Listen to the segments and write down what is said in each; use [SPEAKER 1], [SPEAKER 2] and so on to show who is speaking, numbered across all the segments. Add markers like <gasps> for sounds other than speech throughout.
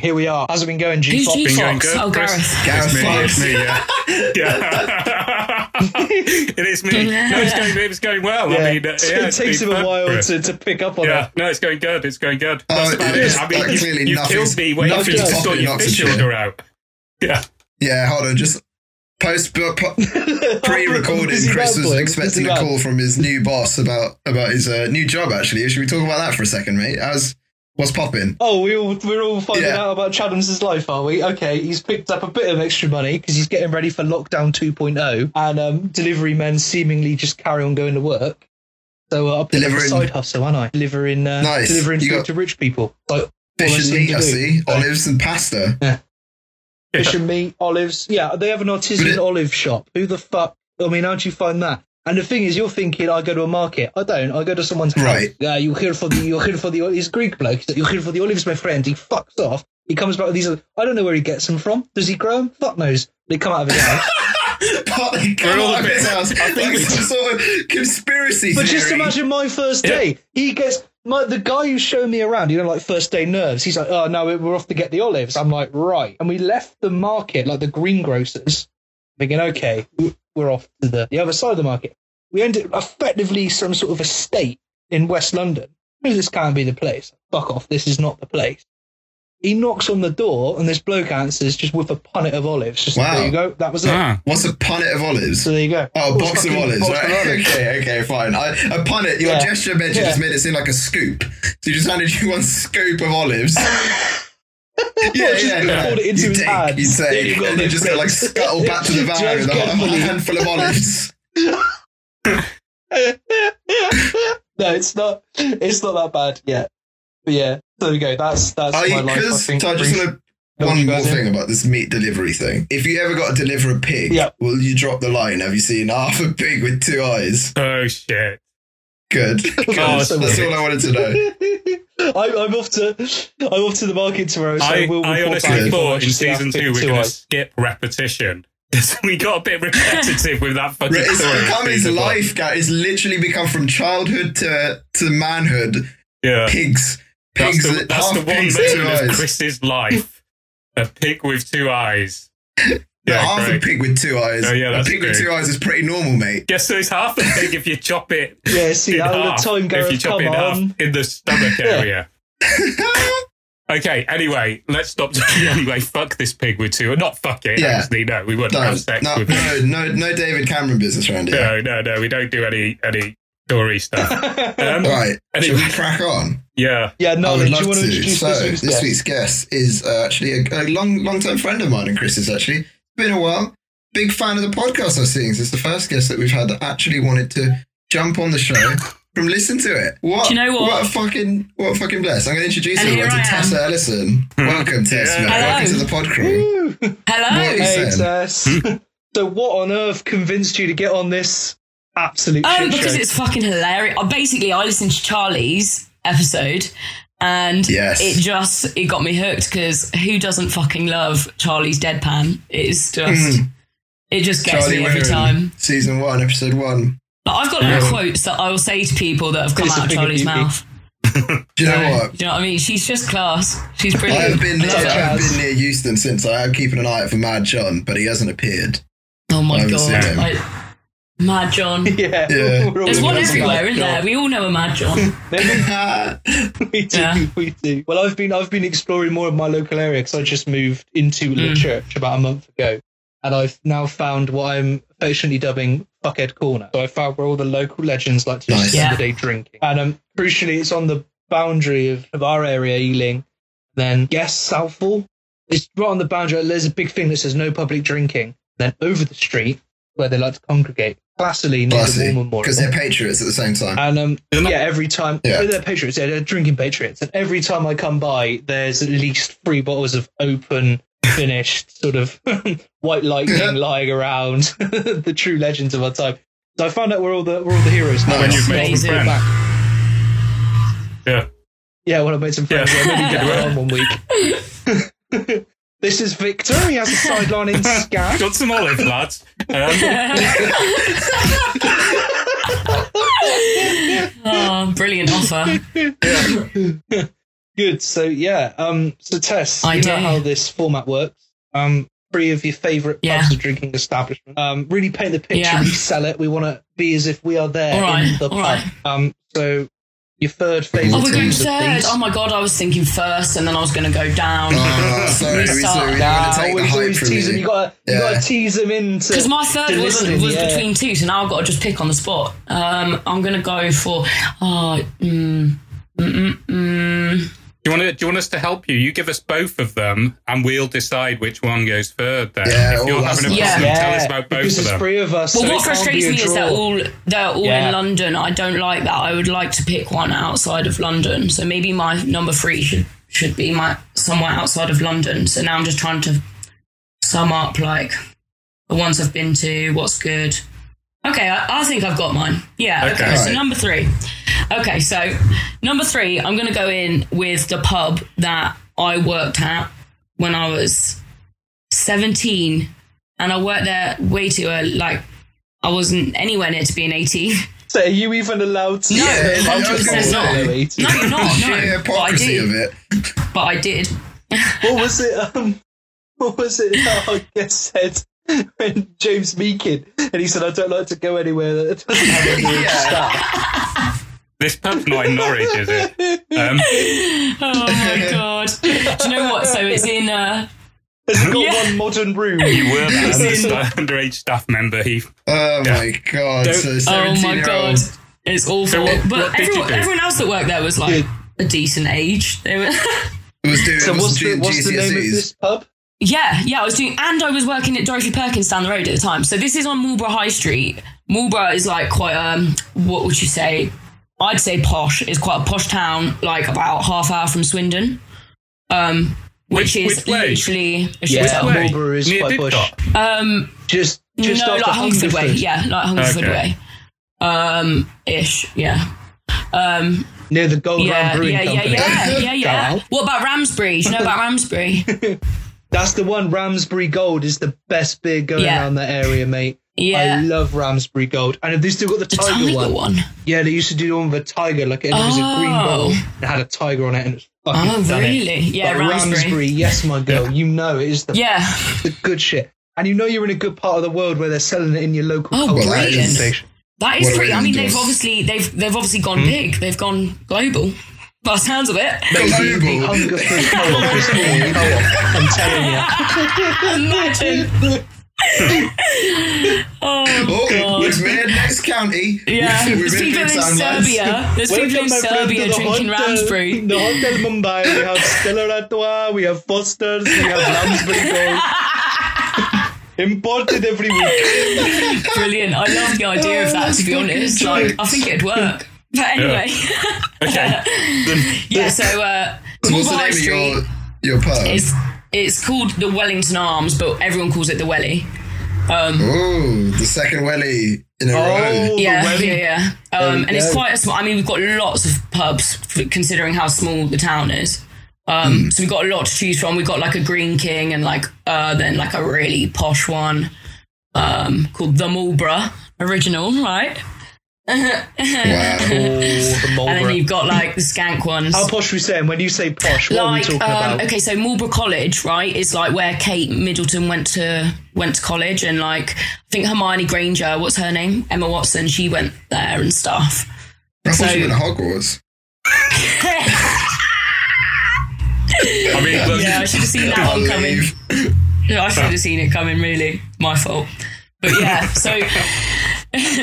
[SPEAKER 1] here we are. How's it been going, G
[SPEAKER 2] Who's
[SPEAKER 1] Fox?
[SPEAKER 2] G
[SPEAKER 3] Been going
[SPEAKER 2] Fox?
[SPEAKER 3] good,
[SPEAKER 2] Oh,
[SPEAKER 3] Chris?
[SPEAKER 2] Gareth.
[SPEAKER 3] It's me.
[SPEAKER 1] Fox.
[SPEAKER 3] It's me. Yeah. yeah. <laughs> it is me. No, it's going. It's going well.
[SPEAKER 1] Yeah.
[SPEAKER 3] I mean, uh,
[SPEAKER 1] it
[SPEAKER 3] yeah, it's
[SPEAKER 1] takes
[SPEAKER 3] been
[SPEAKER 1] him a
[SPEAKER 3] fun.
[SPEAKER 1] while to, to pick up on
[SPEAKER 3] Yeah,
[SPEAKER 1] it.
[SPEAKER 3] no, it's going good. It's going good.
[SPEAKER 4] Oh,
[SPEAKER 3] That's about
[SPEAKER 4] it
[SPEAKER 3] it.
[SPEAKER 4] is.
[SPEAKER 3] I mean,
[SPEAKER 4] Like,
[SPEAKER 3] you,
[SPEAKER 4] clearly
[SPEAKER 3] you
[SPEAKER 4] nothing's-
[SPEAKER 3] killed me waiting for you to
[SPEAKER 1] nothing's
[SPEAKER 3] sort
[SPEAKER 4] happening,
[SPEAKER 3] your
[SPEAKER 4] nothing's
[SPEAKER 3] fish
[SPEAKER 4] happening.
[SPEAKER 3] order out. Yeah,
[SPEAKER 4] <laughs> Yeah, hold on. Just post po-
[SPEAKER 1] <laughs>
[SPEAKER 4] po-
[SPEAKER 3] <laughs>
[SPEAKER 4] pre-recorded.
[SPEAKER 1] Busy
[SPEAKER 4] Chris
[SPEAKER 1] man,
[SPEAKER 4] was
[SPEAKER 1] boy, busy
[SPEAKER 4] expecting a
[SPEAKER 1] man.
[SPEAKER 4] call from his new boss about about his uh, new job. Actually, should we talk about that for a second, mate? As what's popping?
[SPEAKER 1] Oh, we all, we're all finding
[SPEAKER 4] Yeah.
[SPEAKER 1] out about Chadham's life, are we? Okay, he's picked up a bit of extra money because he's getting ready for lockdown 2.0, and um, delivery men seemingly just carry on going to work. So uh, I'll pick up a
[SPEAKER 4] Delivering-
[SPEAKER 1] side hustle, aren't I? Delivering, uh,
[SPEAKER 4] Nice.
[SPEAKER 1] delivering
[SPEAKER 4] You
[SPEAKER 1] food
[SPEAKER 4] got-
[SPEAKER 1] to rich people. Like,
[SPEAKER 4] Fish and
[SPEAKER 1] honestly,
[SPEAKER 4] meat, I
[SPEAKER 1] to do.
[SPEAKER 4] see.
[SPEAKER 1] Uh,
[SPEAKER 4] Olives
[SPEAKER 3] <laughs>
[SPEAKER 4] and pasta.
[SPEAKER 1] fish and meat, olives. Yeah, they have an
[SPEAKER 4] But
[SPEAKER 1] artisan
[SPEAKER 4] it-
[SPEAKER 1] olive shop. Who the fuck? I mean, how'd you find that? And the thing is, you're thinking I go to a market. I don't. I go to someone's house.
[SPEAKER 4] Right.
[SPEAKER 1] Yeah, you're here for the you're here for the this Greek bloke. You're here for the olives, my friend. He fucks off. He comes back with these. other- I don't know where he gets them from. Does he grow them? Fuck knows. They come out of his house.
[SPEAKER 4] But they come
[SPEAKER 3] all
[SPEAKER 4] out
[SPEAKER 3] a
[SPEAKER 4] of
[SPEAKER 3] bit-
[SPEAKER 4] his house.
[SPEAKER 3] I think
[SPEAKER 4] Like
[SPEAKER 3] we-
[SPEAKER 4] some sort of conspiracy
[SPEAKER 1] But just
[SPEAKER 4] theory.
[SPEAKER 1] imagine my first day. He gets my the guy who's showing me around. You know, like first day nerves. He's like, "Oh no, we- we're off to get the olives." I'm like, "Right." And we left the market, like the greengrocers, thinking, "Okay, w- we're off to the, the other side of the market." We ended effectively some sort of estate in West London. This can't be the place. Fuck off. This is not the place. He knocks on the door, and this bloke answers just with a punnet of olives. Just
[SPEAKER 4] Wow.
[SPEAKER 1] there you go. That was it.
[SPEAKER 4] What's a punnet of olives?
[SPEAKER 1] So there you go.
[SPEAKER 4] Oh, a box of
[SPEAKER 1] Fucking
[SPEAKER 4] olives,
[SPEAKER 1] box of
[SPEAKER 4] right? <laughs>
[SPEAKER 1] olives.
[SPEAKER 4] okay, okay, fine. I, a punnet, your
[SPEAKER 1] Yeah.
[SPEAKER 4] gesture mentioned
[SPEAKER 1] Yeah.
[SPEAKER 4] just made it seem like a scoop. So you just handed you one scoop
[SPEAKER 1] <laughs>
[SPEAKER 4] of olives. yeah,
[SPEAKER 1] just poured it into
[SPEAKER 4] you
[SPEAKER 1] his
[SPEAKER 4] take,
[SPEAKER 1] hands.
[SPEAKER 4] You
[SPEAKER 1] There
[SPEAKER 4] take,
[SPEAKER 1] you go,
[SPEAKER 4] and you
[SPEAKER 1] mate.
[SPEAKER 4] just go like scuttle back
[SPEAKER 1] <laughs>
[SPEAKER 4] to the van
[SPEAKER 1] Drive
[SPEAKER 4] with a
[SPEAKER 1] carefully.
[SPEAKER 4] handful of olives.
[SPEAKER 1] <laughs> no, it's not. It's not that bad yet. But yeah, there we go. That's <laughs> that's
[SPEAKER 4] I,
[SPEAKER 1] my life. I
[SPEAKER 4] cause,
[SPEAKER 1] think.
[SPEAKER 4] so I just
[SPEAKER 1] brief.
[SPEAKER 4] want to
[SPEAKER 1] What
[SPEAKER 4] one
[SPEAKER 1] you
[SPEAKER 4] more
[SPEAKER 1] guys in?
[SPEAKER 4] thing about this meat delivery thing. If you ever got to deliver a pig,
[SPEAKER 1] Yeah.
[SPEAKER 4] will you drop the line? Have you seen half a pig with two eyes?
[SPEAKER 3] Oh shit.
[SPEAKER 1] <laughs>
[SPEAKER 4] Good.
[SPEAKER 1] Oh,
[SPEAKER 4] Good.
[SPEAKER 3] God.
[SPEAKER 4] That's all I wanted to know. <laughs>
[SPEAKER 1] I, I'm off to I'm off to the market tomorrow. So
[SPEAKER 3] I,
[SPEAKER 1] we'll
[SPEAKER 3] I
[SPEAKER 1] report
[SPEAKER 3] honestly
[SPEAKER 1] back
[SPEAKER 3] thought in
[SPEAKER 1] Just see how
[SPEAKER 3] season
[SPEAKER 1] fit
[SPEAKER 3] two we're
[SPEAKER 1] two
[SPEAKER 3] going
[SPEAKER 1] are.
[SPEAKER 3] to skip repetition. <laughs> we got a bit repetitive with that fucking
[SPEAKER 4] It's
[SPEAKER 3] story. in
[SPEAKER 4] become his
[SPEAKER 3] season one.
[SPEAKER 4] life, guy. It's literally become from childhood to to manhood.
[SPEAKER 3] Yeah.
[SPEAKER 4] Pigs, pigs,
[SPEAKER 3] That's the, that's
[SPEAKER 4] half
[SPEAKER 3] the one
[SPEAKER 4] pigs, two
[SPEAKER 3] moment of
[SPEAKER 4] eyes.
[SPEAKER 3] Chris's life. A pig with two eyes.
[SPEAKER 4] No,
[SPEAKER 3] Yeah,
[SPEAKER 4] half
[SPEAKER 3] great.
[SPEAKER 4] a pig with two eyes.
[SPEAKER 3] Oh, yeah,
[SPEAKER 4] a
[SPEAKER 3] that's
[SPEAKER 4] pig with
[SPEAKER 3] great.
[SPEAKER 4] two eyes is pretty normal, mate.
[SPEAKER 3] Guess there's half a pig if you chop it.
[SPEAKER 1] Yeah, see,
[SPEAKER 3] in
[SPEAKER 1] how the
[SPEAKER 3] half,
[SPEAKER 1] time
[SPEAKER 3] If you
[SPEAKER 1] Gareth,
[SPEAKER 3] chop it
[SPEAKER 1] come
[SPEAKER 3] in half
[SPEAKER 1] on.
[SPEAKER 3] in the stomach area. <laughs> Okay, anyway, let's stop. anyway, fuck this pig with two. Not fuck it,
[SPEAKER 4] Yeah.
[SPEAKER 3] actually. No, we wouldn't
[SPEAKER 4] No,
[SPEAKER 3] have sex
[SPEAKER 4] no,
[SPEAKER 3] with it.
[SPEAKER 4] no, no, no, David Cameron business around here.
[SPEAKER 3] No, no, no. We don't do any any story stuff.
[SPEAKER 4] <laughs>
[SPEAKER 3] Um,
[SPEAKER 4] All right,
[SPEAKER 3] Anyway.
[SPEAKER 4] should we crack on?
[SPEAKER 3] yeah.
[SPEAKER 1] <laughs> yeah,
[SPEAKER 4] I
[SPEAKER 1] no, do
[SPEAKER 4] would
[SPEAKER 1] you
[SPEAKER 4] love
[SPEAKER 1] want to
[SPEAKER 4] to.
[SPEAKER 1] introduce
[SPEAKER 4] So
[SPEAKER 1] this week's guest?
[SPEAKER 4] guest is uh, actually a, a long, long-time friend of mine, and Chris's actually been a while. Big fan of the podcast. I've seen. It's the first guest that we've had that actually wanted to jump on the show from listen to it. What?
[SPEAKER 2] Do you know what?
[SPEAKER 4] What a fucking what a fucking bless. I'm going to introduce
[SPEAKER 2] And
[SPEAKER 4] everyone
[SPEAKER 2] here
[SPEAKER 4] to
[SPEAKER 2] I am.
[SPEAKER 4] Tessa Ellison. Welcome, Tess. mate.
[SPEAKER 3] Hello.
[SPEAKER 4] Welcome to the pod crew.
[SPEAKER 1] Hmm. Woo.
[SPEAKER 4] What
[SPEAKER 2] Hello.
[SPEAKER 4] is-
[SPEAKER 1] Hey,
[SPEAKER 4] saying?
[SPEAKER 1] Tess.
[SPEAKER 3] Hmm.
[SPEAKER 1] <laughs> so what on earth convinced you to get on this absolute
[SPEAKER 3] Um,
[SPEAKER 2] Oh,
[SPEAKER 1] shit
[SPEAKER 2] because
[SPEAKER 1] show?
[SPEAKER 2] it's fucking hilarious. Uh, Basically, I listened to Charlie's episode and
[SPEAKER 4] Yes.
[SPEAKER 2] it just it got me hooked because who doesn't fucking love Charlie's deadpan? It's just it just gets me every
[SPEAKER 4] Whelan,
[SPEAKER 2] time.
[SPEAKER 4] season one, episode one.
[SPEAKER 2] But I've got little quotes that I will say to people that have come
[SPEAKER 1] It's a
[SPEAKER 2] out of
[SPEAKER 1] bigger
[SPEAKER 2] Charlie's
[SPEAKER 1] beauty.
[SPEAKER 2] mouth.
[SPEAKER 4] Do you know what?
[SPEAKER 2] Do you know what I mean? She's just class. She's
[SPEAKER 4] I
[SPEAKER 2] brilliant.
[SPEAKER 4] have been
[SPEAKER 2] I
[SPEAKER 4] near,
[SPEAKER 2] love
[SPEAKER 4] I have
[SPEAKER 1] Chaz.
[SPEAKER 4] been near Houston since. I am keeping an eye out for Mad John, but he
[SPEAKER 2] <laughs>
[SPEAKER 4] hasn't appeared.
[SPEAKER 2] her. Oh
[SPEAKER 4] I
[SPEAKER 2] my
[SPEAKER 4] haven't
[SPEAKER 2] god!
[SPEAKER 4] seen him.
[SPEAKER 2] I, Mad John.
[SPEAKER 1] yeah,
[SPEAKER 4] Yeah.
[SPEAKER 1] we're all
[SPEAKER 2] There's one
[SPEAKER 1] gonna be
[SPEAKER 2] everywhere,
[SPEAKER 1] like,
[SPEAKER 2] isn't there?
[SPEAKER 1] God.
[SPEAKER 2] We all know a Mad John.
[SPEAKER 1] <laughs> we do,
[SPEAKER 2] Yeah.
[SPEAKER 1] we do. Well, I've been I've been exploring more of my local area because I just moved into
[SPEAKER 2] Mm.
[SPEAKER 1] the church about a month ago, and I've now found what I'm affectionately dubbing "fuckhead corner." So I found where all the local legends like to
[SPEAKER 4] Nice.
[SPEAKER 1] spend
[SPEAKER 2] Yeah.
[SPEAKER 1] the day drinking, and um, crucially, it's on the boundary of, of our area, Ealing. Then guess Southall. It's right on the boundary. There's a big thing that says no public drinking. Then over the street where they like to congregate, classily near the War Memorial.
[SPEAKER 4] because they're patriots at the same time.
[SPEAKER 1] And um,
[SPEAKER 3] Isn't
[SPEAKER 1] yeah, every time
[SPEAKER 4] Yeah.
[SPEAKER 1] Oh, they're patriots, yeah, they're drinking patriots, and every time I come by, there's at least three bottles of open, finished sort of <laughs> white lightning lying around, <laughs> the true legends of our time. So I found out we're all the we're all the heroes. Now.
[SPEAKER 4] When
[SPEAKER 3] you've made
[SPEAKER 1] Welcome
[SPEAKER 2] some
[SPEAKER 1] back.
[SPEAKER 3] Yeah.
[SPEAKER 1] Yeah, when I made some friends,
[SPEAKER 3] Yeah.
[SPEAKER 1] yeah. maybe get around one week. <laughs> this is Victor. He has a sideline in Skag.
[SPEAKER 3] <laughs> Got some olives, lads. Um,
[SPEAKER 2] oh, brilliant offer.
[SPEAKER 1] <laughs> Good. So yeah. Um. So Tess,
[SPEAKER 2] I
[SPEAKER 1] you know
[SPEAKER 2] do.
[SPEAKER 1] how this format works. Um. Three of your favourite
[SPEAKER 2] Yeah.
[SPEAKER 1] pubs and drinking establishments. Um. Really paint the picture.
[SPEAKER 2] Yeah.
[SPEAKER 1] We sell it. We want to be as if we are there
[SPEAKER 2] All right,
[SPEAKER 1] in the
[SPEAKER 2] all
[SPEAKER 1] pub.
[SPEAKER 2] right.
[SPEAKER 1] Um. So your third favourite.
[SPEAKER 2] Oh, we're going
[SPEAKER 1] teams of
[SPEAKER 2] third.
[SPEAKER 1] these.
[SPEAKER 2] Oh my god, I was thinking first, and then I was going to go down.
[SPEAKER 4] Ah, sorry, we,
[SPEAKER 2] Restart.
[SPEAKER 4] so we
[SPEAKER 1] Nah,
[SPEAKER 4] gotta take the
[SPEAKER 1] always,
[SPEAKER 4] hype
[SPEAKER 1] always
[SPEAKER 4] from
[SPEAKER 1] tease them. You
[SPEAKER 4] you.
[SPEAKER 1] gotta, you
[SPEAKER 4] Yeah.
[SPEAKER 1] gotta tease them into.
[SPEAKER 2] Because my third
[SPEAKER 1] to
[SPEAKER 2] was,
[SPEAKER 1] listening,
[SPEAKER 2] was
[SPEAKER 1] yeah.
[SPEAKER 2] between two, so now I've got to just pick on the spot. Um, I'm going to go for. Oh, mm, mm, mm, mm.
[SPEAKER 3] Do you want to? Do you want us to help you? You give us both of them, and we'll decide which one goes third. Then,
[SPEAKER 4] Yeah,
[SPEAKER 3] if
[SPEAKER 4] oh,
[SPEAKER 3] you're
[SPEAKER 4] that's
[SPEAKER 3] having a problem,
[SPEAKER 2] nice.
[SPEAKER 1] Yeah,
[SPEAKER 3] tell us about both
[SPEAKER 1] because
[SPEAKER 3] of
[SPEAKER 1] there's
[SPEAKER 3] them.
[SPEAKER 1] three of us. so
[SPEAKER 2] Well, what
[SPEAKER 1] it can't be
[SPEAKER 2] frustrates
[SPEAKER 1] a
[SPEAKER 2] me is they're
[SPEAKER 1] draw.
[SPEAKER 2] all they're all
[SPEAKER 1] Yeah.
[SPEAKER 2] in London. I don't like that. I would like to pick one outside of London. So maybe my number three should should be my somewhere outside of London. So now I'm just trying to sum up like the ones I've been to, what's good. Okay, I, I think I've got mine. Yeah. Okay.
[SPEAKER 3] Okay.
[SPEAKER 2] So
[SPEAKER 4] Right.
[SPEAKER 2] number three. Okay, so number three, I'm going to go in with the pub that I worked at when I was 17 and I worked there way too early. Like, I wasn't anywhere near to being 18.
[SPEAKER 1] So are you even allowed to?
[SPEAKER 2] No,
[SPEAKER 4] Yeah, no, I was
[SPEAKER 2] 100%
[SPEAKER 4] gonna
[SPEAKER 2] not.
[SPEAKER 1] say.
[SPEAKER 2] <laughs> No, you're not.
[SPEAKER 4] <laughs> Sheer
[SPEAKER 2] No. But I
[SPEAKER 4] hypocrisy
[SPEAKER 2] did.
[SPEAKER 4] of it.
[SPEAKER 2] But I did.
[SPEAKER 1] What was it? Um, <laughs> what was it that our guest said when James Meakin and he said, "I don't like to go anywhere that doesn't have any <laughs> English staff."
[SPEAKER 3] This pub's not in Norwich, is it?
[SPEAKER 2] <laughs>
[SPEAKER 3] Um,
[SPEAKER 2] Oh
[SPEAKER 4] <laughs>
[SPEAKER 2] my God. Do you know what? So it's in, uh,
[SPEAKER 1] Has it got
[SPEAKER 2] Yeah.
[SPEAKER 1] one modern room?
[SPEAKER 3] you were that
[SPEAKER 1] It's in-
[SPEAKER 3] under, underage staff member. He
[SPEAKER 4] Oh my god!
[SPEAKER 3] Don't-
[SPEAKER 4] So
[SPEAKER 2] oh
[SPEAKER 4] seventeen
[SPEAKER 2] my
[SPEAKER 4] year
[SPEAKER 2] God.
[SPEAKER 4] old.
[SPEAKER 2] It's awful.
[SPEAKER 3] what-
[SPEAKER 2] but
[SPEAKER 3] what did you
[SPEAKER 2] everyone,
[SPEAKER 3] do?
[SPEAKER 2] everyone else that worked there was like
[SPEAKER 1] Good.
[SPEAKER 2] a decent age. They
[SPEAKER 3] <laughs>
[SPEAKER 2] were.
[SPEAKER 4] was doing
[SPEAKER 1] So
[SPEAKER 4] was
[SPEAKER 1] what's the,
[SPEAKER 4] doing
[SPEAKER 1] what's the name of
[SPEAKER 4] GCSEs.
[SPEAKER 1] this pub?
[SPEAKER 2] Yeah, yeah, I was doing, and I was working at Dorothy Perkins down the road at the time. So this is on Marlborough High Street. Marlborough is like quite um, what would you say? I'd say posh. It's quite a posh town, like about half hour from Swindon, um, which,
[SPEAKER 3] Which-
[SPEAKER 2] is
[SPEAKER 3] which way?
[SPEAKER 2] literally a
[SPEAKER 1] Yeah,
[SPEAKER 2] shithole.
[SPEAKER 3] way?
[SPEAKER 1] Marlborough is
[SPEAKER 3] Near
[SPEAKER 1] quite bush.
[SPEAKER 3] Didcot?
[SPEAKER 2] Um,
[SPEAKER 1] Just, just
[SPEAKER 2] no,
[SPEAKER 1] after
[SPEAKER 2] like Hungerford way, yeah, like Hungerford
[SPEAKER 3] Okay.
[SPEAKER 2] way, um, ish, yeah. Um,
[SPEAKER 1] near the Gold
[SPEAKER 2] yeah,
[SPEAKER 1] Ram Brewing
[SPEAKER 2] yeah, yeah,
[SPEAKER 1] Company.
[SPEAKER 2] yeah, yeah, yeah.
[SPEAKER 1] out.
[SPEAKER 2] What about Ramsbury? Do you know about Ramsbury?
[SPEAKER 1] That's the one. Ramsbury Gold is the best beer going
[SPEAKER 2] Yeah.
[SPEAKER 1] around that area, mate. I
[SPEAKER 2] Yeah,
[SPEAKER 1] love Ramsbury Gold. And have they still got the,
[SPEAKER 2] the
[SPEAKER 1] tiger,
[SPEAKER 2] tiger
[SPEAKER 1] one?
[SPEAKER 2] one.
[SPEAKER 1] Yeah, they used to do one with a tiger, like it was a green
[SPEAKER 2] Oh.
[SPEAKER 1] bottle that had a tiger on it, and it was fucking
[SPEAKER 2] Oh,
[SPEAKER 1] stunning.
[SPEAKER 2] really? Yeah,
[SPEAKER 1] But
[SPEAKER 2] Ramsbury.
[SPEAKER 1] Yes, my girl, you know it is the,
[SPEAKER 2] Yeah.
[SPEAKER 1] the good shit, and you know you're in a good part of the world where they're selling it in your local
[SPEAKER 2] Oh,
[SPEAKER 1] cultural
[SPEAKER 4] brilliant.
[SPEAKER 1] presentation.
[SPEAKER 2] That is
[SPEAKER 4] What
[SPEAKER 2] pretty.
[SPEAKER 4] about
[SPEAKER 2] I mean,
[SPEAKER 4] indoors?
[SPEAKER 2] they've obviously they've they've obviously gone big. They've gone global. By the sounds of it.
[SPEAKER 1] Maybe
[SPEAKER 4] Global. Oh,
[SPEAKER 1] the hunger for a
[SPEAKER 2] <laughs>
[SPEAKER 1] co-op is all a co-op. I'm telling you.
[SPEAKER 2] Imagine. oh,
[SPEAKER 4] Oh,
[SPEAKER 2] god.
[SPEAKER 4] we've made next county.
[SPEAKER 2] Yeah.
[SPEAKER 4] We've
[SPEAKER 2] There's
[SPEAKER 4] made
[SPEAKER 2] people in
[SPEAKER 4] big time, lads.
[SPEAKER 2] Serbia. There's people
[SPEAKER 1] Welcome,
[SPEAKER 2] in
[SPEAKER 1] my friend, to
[SPEAKER 2] Serbia
[SPEAKER 1] the
[SPEAKER 2] drinking
[SPEAKER 1] hotel,
[SPEAKER 2] Ramsbury.
[SPEAKER 1] The Hotel Mumbai. We have Stella Artois, we have Foster's, we have Ramsbury
[SPEAKER 2] <laughs>
[SPEAKER 1] Gold. Imported every week.
[SPEAKER 2] Brilliant. I love the idea of that. To be honest, like I think it'd work. But anyway,
[SPEAKER 3] okay.
[SPEAKER 2] <laughs> yeah. so uh,
[SPEAKER 4] So
[SPEAKER 2] Marlborough
[SPEAKER 4] what's the
[SPEAKER 2] High
[SPEAKER 4] name of
[SPEAKER 2] Street.
[SPEAKER 4] your your pub?
[SPEAKER 2] It's it's called the Wellington Arms, but everyone calls it the Welly. Um,
[SPEAKER 4] Oh, the second welly in a row.
[SPEAKER 1] Oh, the
[SPEAKER 2] yeah,
[SPEAKER 1] wedding.
[SPEAKER 2] yeah, yeah. Um,
[SPEAKER 1] we
[SPEAKER 2] and it's
[SPEAKER 1] go.
[SPEAKER 2] quite a small. I mean, we've got lots of pubs f- considering how small the town is.
[SPEAKER 1] Hmm.
[SPEAKER 2] Um, So we've got a lot to choose from. We've got like a Green King and like uh, then like a really posh one um, called the Marlborough Original, right?
[SPEAKER 4] Wow.
[SPEAKER 1] Oh, the
[SPEAKER 2] And then
[SPEAKER 1] Marlborough.
[SPEAKER 2] you've got like the skank ones.
[SPEAKER 1] How posh we saying? When you say posh, what are we
[SPEAKER 2] like
[SPEAKER 1] talking
[SPEAKER 2] um,
[SPEAKER 1] about?
[SPEAKER 2] okay so marlborough college right is like where kate middleton went to went to college and like i think hermione granger what's her name emma watson she went there and stuff
[SPEAKER 4] I thought
[SPEAKER 2] So-
[SPEAKER 4] you were in Hogwarts.
[SPEAKER 3] I mean, look,
[SPEAKER 2] yeah i should have seen that one coming
[SPEAKER 4] Leave.
[SPEAKER 2] i should have seen it coming really my fault but yeah so <laughs>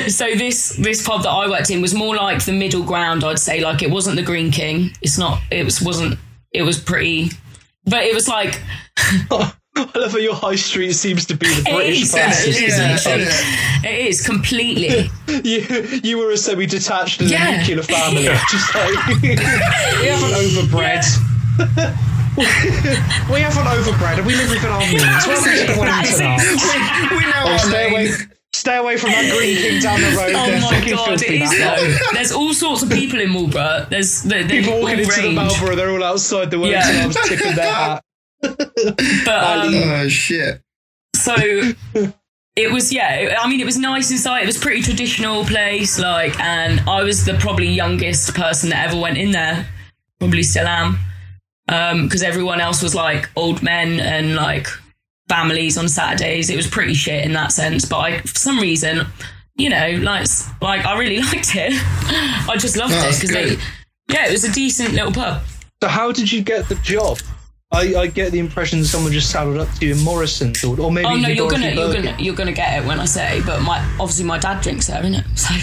[SPEAKER 2] so this this pub that i worked in was more like the middle ground i'd say like it wasn't the green king it's not it was wasn't it was pretty but it was like
[SPEAKER 1] <laughs> I love how your high street seems to be the
[SPEAKER 2] it
[SPEAKER 1] British
[SPEAKER 2] is,
[SPEAKER 1] past.
[SPEAKER 2] it is
[SPEAKER 4] yeah,
[SPEAKER 2] literally.
[SPEAKER 4] yeah.
[SPEAKER 2] it is completely
[SPEAKER 1] <laughs> You, you were a semi-detached and
[SPEAKER 2] Yeah.
[SPEAKER 1] a
[SPEAKER 2] <laughs>
[SPEAKER 1] nuclear family. <laughs> Just like we haven't overbred. <laughs> we haven't overbred, and we live within our means. We're
[SPEAKER 2] That is it.
[SPEAKER 1] not wanting
[SPEAKER 2] That is
[SPEAKER 1] to laugh.
[SPEAKER 4] <laughs> We know
[SPEAKER 1] Oh,
[SPEAKER 4] our
[SPEAKER 1] Stay away,
[SPEAKER 4] lane.
[SPEAKER 1] stay away from that green king down the road.
[SPEAKER 2] Oh
[SPEAKER 1] They're
[SPEAKER 2] my
[SPEAKER 1] fucking
[SPEAKER 2] god, it
[SPEAKER 1] filthy.
[SPEAKER 4] <laughs>
[SPEAKER 2] is
[SPEAKER 1] that.
[SPEAKER 2] though. There's all sorts of people in Marlborough. There's they, they
[SPEAKER 1] People walking
[SPEAKER 2] all
[SPEAKER 1] into the
[SPEAKER 2] range,
[SPEAKER 1] Marlborough, they're all outside the Wellington
[SPEAKER 2] Yeah.
[SPEAKER 1] Arms tipping their hat.
[SPEAKER 2] but um,
[SPEAKER 4] Oh shit.
[SPEAKER 2] so it was yeah. it- I mean, it was nice inside. It was a pretty traditional place, like, and I was the probably youngest person that ever went in there. Probably still am. because everyone else was like old men and like families on Saturdays. It was pretty shit in that sense. But I, for some reason, you know, like like I really <laughs> liked it. I just loved
[SPEAKER 4] No,
[SPEAKER 2] it
[SPEAKER 4] that's
[SPEAKER 2] because they,
[SPEAKER 4] good.
[SPEAKER 2] yeah, it was a decent little pub.
[SPEAKER 1] So how did you get the job? I, I get the impression someone just saddled up to you in Morrison's, or, or maybe
[SPEAKER 2] Oh no,
[SPEAKER 1] even
[SPEAKER 2] you're
[SPEAKER 1] Dorothy
[SPEAKER 2] gonna you're
[SPEAKER 1] Perkins.
[SPEAKER 2] gonna you're gonna get it when I say. But my obviously my dad drinks there, isn't it? So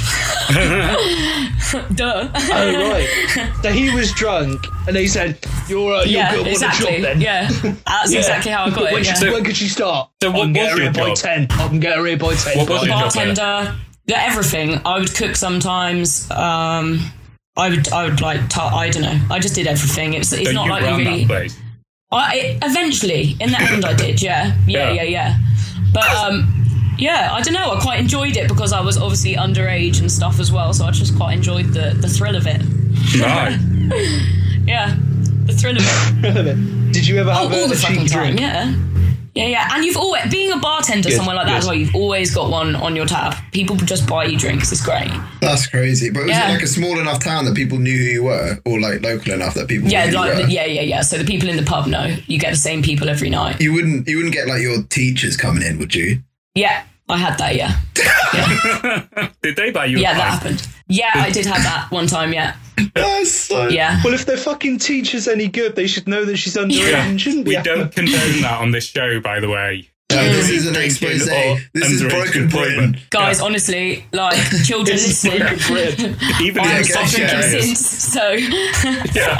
[SPEAKER 1] <laughs>
[SPEAKER 2] <laughs> duh.
[SPEAKER 1] Oh right.
[SPEAKER 2] <laughs>
[SPEAKER 1] so he was drunk, and they said, "You're uh, you're
[SPEAKER 2] yeah,
[SPEAKER 1] good. What a
[SPEAKER 2] exactly.
[SPEAKER 1] job then."
[SPEAKER 2] Yeah, that's
[SPEAKER 1] Yeah.
[SPEAKER 2] exactly how I got
[SPEAKER 1] When,
[SPEAKER 2] it.
[SPEAKER 1] she-
[SPEAKER 2] Yeah.
[SPEAKER 1] when could she start?
[SPEAKER 3] So what
[SPEAKER 1] I can get
[SPEAKER 3] was
[SPEAKER 1] her
[SPEAKER 3] your
[SPEAKER 1] here by
[SPEAKER 3] job?
[SPEAKER 1] ten. I can get her here by ten.
[SPEAKER 3] What was
[SPEAKER 1] Right.
[SPEAKER 3] your job?
[SPEAKER 2] bartender, yeah, everything. I would cook sometimes. Um, I would, I would like, t- I don't know. I just did everything. It's, it's
[SPEAKER 3] So
[SPEAKER 2] not
[SPEAKER 3] you
[SPEAKER 2] like
[SPEAKER 3] ran
[SPEAKER 2] you
[SPEAKER 3] that
[SPEAKER 2] really.
[SPEAKER 3] place.
[SPEAKER 2] I it, eventually, in the end, I did. Yeah, yeah,
[SPEAKER 3] Yeah.
[SPEAKER 2] yeah, yeah. But um, yeah, I don't know. I quite enjoyed it because I was obviously underage and stuff as well. So I just quite enjoyed the the thrill of it.
[SPEAKER 3] Right.
[SPEAKER 2] Yeah, the thrill of it.
[SPEAKER 1] Did you ever have a,
[SPEAKER 2] Oh, all the
[SPEAKER 1] a cheeky
[SPEAKER 2] fucking time.
[SPEAKER 1] drink?
[SPEAKER 2] Yeah. Yeah, yeah, and you've always being a bartender
[SPEAKER 1] Good,
[SPEAKER 2] somewhere like that
[SPEAKER 1] good.
[SPEAKER 2] as well. You've always got one on your tab. People just buy you drinks. It's great.
[SPEAKER 4] That's crazy. But was
[SPEAKER 2] Yeah.
[SPEAKER 4] it like a small enough town that people knew who you were, or like local enough that people
[SPEAKER 2] Yeah,
[SPEAKER 4] knew who you
[SPEAKER 2] like
[SPEAKER 4] were?
[SPEAKER 2] yeah, yeah, yeah. So the people in the pub know you get the same people every night.
[SPEAKER 4] You wouldn't you wouldn't get like your teachers coming in, would you?
[SPEAKER 2] Yeah, I had that. Yeah,
[SPEAKER 3] Did they buy you
[SPEAKER 2] yeah,
[SPEAKER 3] a
[SPEAKER 2] that
[SPEAKER 3] pint?
[SPEAKER 2] happened. Yeah, I did have that one time. Yeah,
[SPEAKER 4] That's so
[SPEAKER 2] yeah.
[SPEAKER 1] Well, if their fucking teacher's any good, they should know that she's underage
[SPEAKER 3] Yeah.
[SPEAKER 1] and shouldn't be.
[SPEAKER 3] We don't condone that on this show, by the way.
[SPEAKER 4] No, this is an
[SPEAKER 3] Drinking
[SPEAKER 4] expose.
[SPEAKER 1] eh?
[SPEAKER 3] or
[SPEAKER 4] This is
[SPEAKER 3] underage
[SPEAKER 4] broken
[SPEAKER 3] employment.
[SPEAKER 4] Britain.
[SPEAKER 2] Guys, honestly, like children
[SPEAKER 4] <laughs>
[SPEAKER 1] This is
[SPEAKER 2] listening,
[SPEAKER 1] fucking brilliant.
[SPEAKER 3] Even
[SPEAKER 2] I
[SPEAKER 4] Yeah,
[SPEAKER 2] have
[SPEAKER 4] go
[SPEAKER 2] stopped drinking
[SPEAKER 4] share
[SPEAKER 2] <laughs>
[SPEAKER 4] it.
[SPEAKER 2] since. So
[SPEAKER 3] yeah.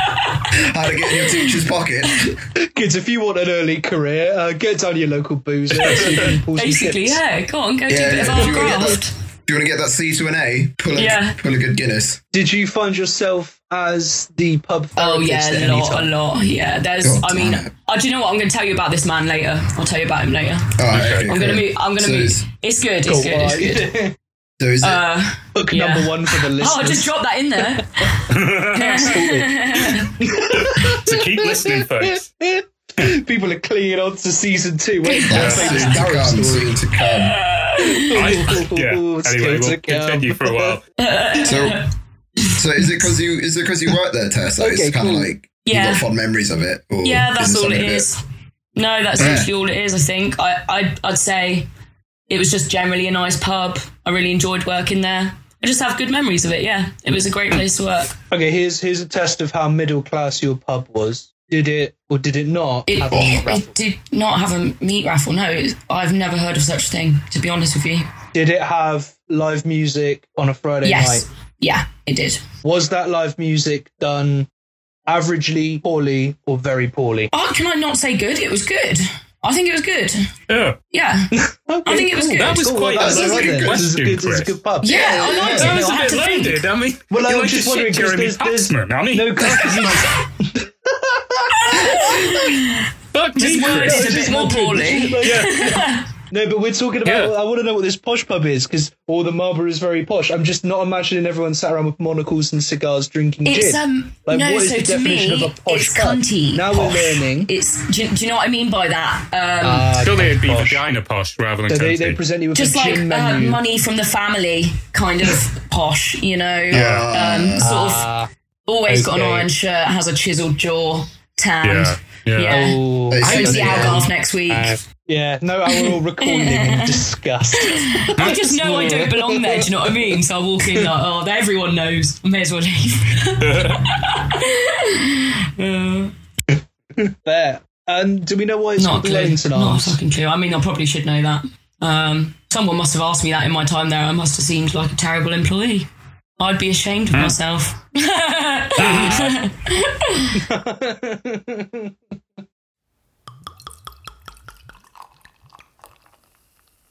[SPEAKER 4] How to get in your teacher's
[SPEAKER 2] <laughs>
[SPEAKER 4] pocket.
[SPEAKER 1] <laughs>
[SPEAKER 2] Oh,
[SPEAKER 1] Kids, if you want an early career, uh, get down to your local
[SPEAKER 2] <laughs>
[SPEAKER 1] boozer. and see if you can pull some
[SPEAKER 2] basically,
[SPEAKER 1] tips.
[SPEAKER 2] yeah, go on, go
[SPEAKER 4] Yeah,
[SPEAKER 2] do a bit
[SPEAKER 4] yeah,
[SPEAKER 2] of
[SPEAKER 4] if
[SPEAKER 2] hard
[SPEAKER 4] you wanna get
[SPEAKER 2] graft.
[SPEAKER 4] Do you want to get that C to an A? Pull a
[SPEAKER 2] Yeah.
[SPEAKER 4] pull a good Guinness.
[SPEAKER 1] Did you find yourself as the pub?
[SPEAKER 2] Oh
[SPEAKER 1] therapist
[SPEAKER 2] yeah,
[SPEAKER 1] at
[SPEAKER 2] a
[SPEAKER 1] any
[SPEAKER 2] lot, a
[SPEAKER 1] time?
[SPEAKER 2] lot. Yeah, there's.
[SPEAKER 4] God
[SPEAKER 2] I mean,
[SPEAKER 4] damn it.
[SPEAKER 2] oh, do you know what? I'm going to tell you about this man later. I'll tell you about him later.
[SPEAKER 4] All right, okay,
[SPEAKER 2] I'm
[SPEAKER 4] cool.
[SPEAKER 2] going to move. I'm going to
[SPEAKER 4] So
[SPEAKER 2] move.
[SPEAKER 4] is-
[SPEAKER 2] It's good. It's
[SPEAKER 1] Cool,
[SPEAKER 2] good. It's
[SPEAKER 1] alright.
[SPEAKER 4] <laughs>
[SPEAKER 2] good.
[SPEAKER 4] So is it?
[SPEAKER 2] Uh,
[SPEAKER 1] <laughs> Book
[SPEAKER 2] Yeah.
[SPEAKER 1] number one
[SPEAKER 2] <laughs>
[SPEAKER 1] for the listeners.
[SPEAKER 2] oh, I just dropped that in there.
[SPEAKER 4] <laughs>
[SPEAKER 2] <laughs>
[SPEAKER 3] So keep
[SPEAKER 1] <laughs>
[SPEAKER 3] listening, folks.
[SPEAKER 1] People are clinging on to season two. Waiting for
[SPEAKER 4] that's
[SPEAKER 1] the
[SPEAKER 4] soon
[SPEAKER 1] latest
[SPEAKER 4] to
[SPEAKER 1] Darren story.
[SPEAKER 4] come, soon to come.
[SPEAKER 3] I, yeah.
[SPEAKER 1] <laughs> Ooh, it's
[SPEAKER 3] Anyway,
[SPEAKER 1] good
[SPEAKER 3] we'll
[SPEAKER 1] to come.
[SPEAKER 3] continue for a while.
[SPEAKER 4] So, so is it because you is it because you worked there, Tess? So
[SPEAKER 1] Okay,
[SPEAKER 4] it's kind of
[SPEAKER 1] cool.
[SPEAKER 4] like
[SPEAKER 2] Yeah.
[SPEAKER 4] you got fond memories of it. Or
[SPEAKER 2] Yeah, that's
[SPEAKER 4] it
[SPEAKER 2] all
[SPEAKER 4] something
[SPEAKER 2] it
[SPEAKER 4] a bit-
[SPEAKER 2] is. No, that's
[SPEAKER 4] Yeah.
[SPEAKER 2] literally all it is. I think I, I'd, I'd say it was just generally a nice pub. I really enjoyed working there. I just have good memories of it. Yeah, it was a great place to work.
[SPEAKER 1] <laughs> Okay, here's here's a test of how middle class your pub was. Did it or did it not
[SPEAKER 2] It,
[SPEAKER 1] have a
[SPEAKER 2] it,
[SPEAKER 1] raffle?
[SPEAKER 2] it did not have a meat raffle. No, it, I've never heard of such a thing. To be honest with you,
[SPEAKER 1] Did it have live music on a Friday
[SPEAKER 2] yes,
[SPEAKER 1] night?
[SPEAKER 2] yeah, it did.
[SPEAKER 1] Was that live music done averagely, poorly, or very poorly?
[SPEAKER 2] Oh, can I not say good? It was good. I think it was good.
[SPEAKER 3] Yeah.
[SPEAKER 1] <laughs>
[SPEAKER 2] Yeah, I think it was good.
[SPEAKER 3] That was quite
[SPEAKER 1] that's
[SPEAKER 4] a
[SPEAKER 1] all right
[SPEAKER 4] loaded
[SPEAKER 1] then. This is a
[SPEAKER 3] question,
[SPEAKER 1] good, this is a
[SPEAKER 3] Chris.
[SPEAKER 1] good pub.
[SPEAKER 2] yeah, I liked
[SPEAKER 4] yeah, yeah.
[SPEAKER 2] it.
[SPEAKER 3] That was
[SPEAKER 2] I
[SPEAKER 3] a
[SPEAKER 2] had
[SPEAKER 3] bit
[SPEAKER 2] to think.
[SPEAKER 3] loaded. I mean,
[SPEAKER 1] Well, I
[SPEAKER 3] you're
[SPEAKER 1] was
[SPEAKER 3] like
[SPEAKER 1] just
[SPEAKER 3] a
[SPEAKER 1] wondering,
[SPEAKER 3] shit
[SPEAKER 1] 'cause
[SPEAKER 3] Jeremy
[SPEAKER 1] there's- there's-
[SPEAKER 3] Paxman, aren't you? <laughs>
[SPEAKER 1] No, because
[SPEAKER 3] Fuck me,
[SPEAKER 2] Just worded
[SPEAKER 3] Chris.
[SPEAKER 2] a bit more poorly.
[SPEAKER 1] No, but we're talking about.
[SPEAKER 3] Yeah.
[SPEAKER 1] I want to know what this posh pub is because all the Marlborough is very posh. I'm just not imagining everyone sat around with monocles and cigars drinking
[SPEAKER 2] It's
[SPEAKER 1] gin.
[SPEAKER 2] um
[SPEAKER 1] Like,
[SPEAKER 2] no,
[SPEAKER 1] what is
[SPEAKER 2] so
[SPEAKER 1] the
[SPEAKER 2] to
[SPEAKER 1] definition
[SPEAKER 2] me,
[SPEAKER 1] of a posh
[SPEAKER 2] it's
[SPEAKER 1] pub?
[SPEAKER 2] cunty.
[SPEAKER 1] Now we're
[SPEAKER 2] posh.
[SPEAKER 1] learning.
[SPEAKER 2] It's do, you- do you know what I mean by that? Um,
[SPEAKER 1] Ah,
[SPEAKER 3] Surely it'd be
[SPEAKER 1] posh.
[SPEAKER 3] vagina posh rather than
[SPEAKER 1] So they, they
[SPEAKER 3] cunty.
[SPEAKER 1] present you with
[SPEAKER 2] just
[SPEAKER 1] a
[SPEAKER 2] like
[SPEAKER 1] gin
[SPEAKER 2] uh,
[SPEAKER 1] menu.
[SPEAKER 2] money from the family, kind of posh. You know,
[SPEAKER 4] <laughs>
[SPEAKER 2] um, sort of
[SPEAKER 1] Ah,
[SPEAKER 2] always got an
[SPEAKER 1] okay.
[SPEAKER 2] orange shirt, has a chiseled jaw, tanned.
[SPEAKER 3] Yeah. Yeah.
[SPEAKER 1] oh,
[SPEAKER 4] I
[SPEAKER 2] Goes the
[SPEAKER 4] Yeah.
[SPEAKER 2] Algarve next week.
[SPEAKER 1] Uh, yeah. No, I will recording
[SPEAKER 2] <laughs>
[SPEAKER 1] in disgust.
[SPEAKER 2] I just know I don't belong there. Do you know what I mean? So I walk in like, oh, everyone knows. I may as well
[SPEAKER 1] <laughs>
[SPEAKER 2] leave.
[SPEAKER 1] There. And um, do we know why it's
[SPEAKER 2] Not
[SPEAKER 1] called
[SPEAKER 2] a
[SPEAKER 1] the
[SPEAKER 2] clue.
[SPEAKER 1] Wellington
[SPEAKER 2] Not
[SPEAKER 1] Arms?
[SPEAKER 2] a fucking clue. I mean, I probably should know that. Um, someone must have asked me that in my time there. I must have seemed like a terrible employee. I'd be ashamed of myself.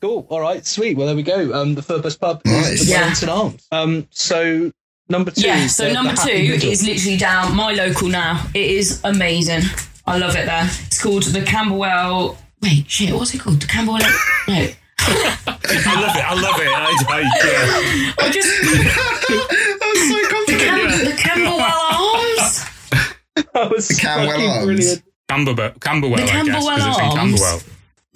[SPEAKER 1] Cool. All right. Sweet. Well, there we go. Um, the Furbus pub
[SPEAKER 4] Nice.
[SPEAKER 1] is the
[SPEAKER 2] Yeah.
[SPEAKER 1] Wellington Arms. Um, so number two.
[SPEAKER 2] yeah. So
[SPEAKER 1] the- the
[SPEAKER 2] number two
[SPEAKER 1] Happy Middle.
[SPEAKER 2] is literally down my local now. It is amazing. I love it there. It's called the Camberwell. Wait, shit. What's it called? The Camberwell.
[SPEAKER 1] <laughs>
[SPEAKER 2] no.
[SPEAKER 3] I love it. I love it. I, I, yeah.
[SPEAKER 2] I just
[SPEAKER 4] I'm so confident.
[SPEAKER 2] Cam- the Camberwell Arms.
[SPEAKER 1] That was
[SPEAKER 4] Camwell
[SPEAKER 1] fucking
[SPEAKER 4] Arms.
[SPEAKER 1] brilliant.
[SPEAKER 3] Camberwell, Camberwell, I guess,
[SPEAKER 2] Camberwell
[SPEAKER 3] because it's in
[SPEAKER 2] Arms.
[SPEAKER 3] Camberwell.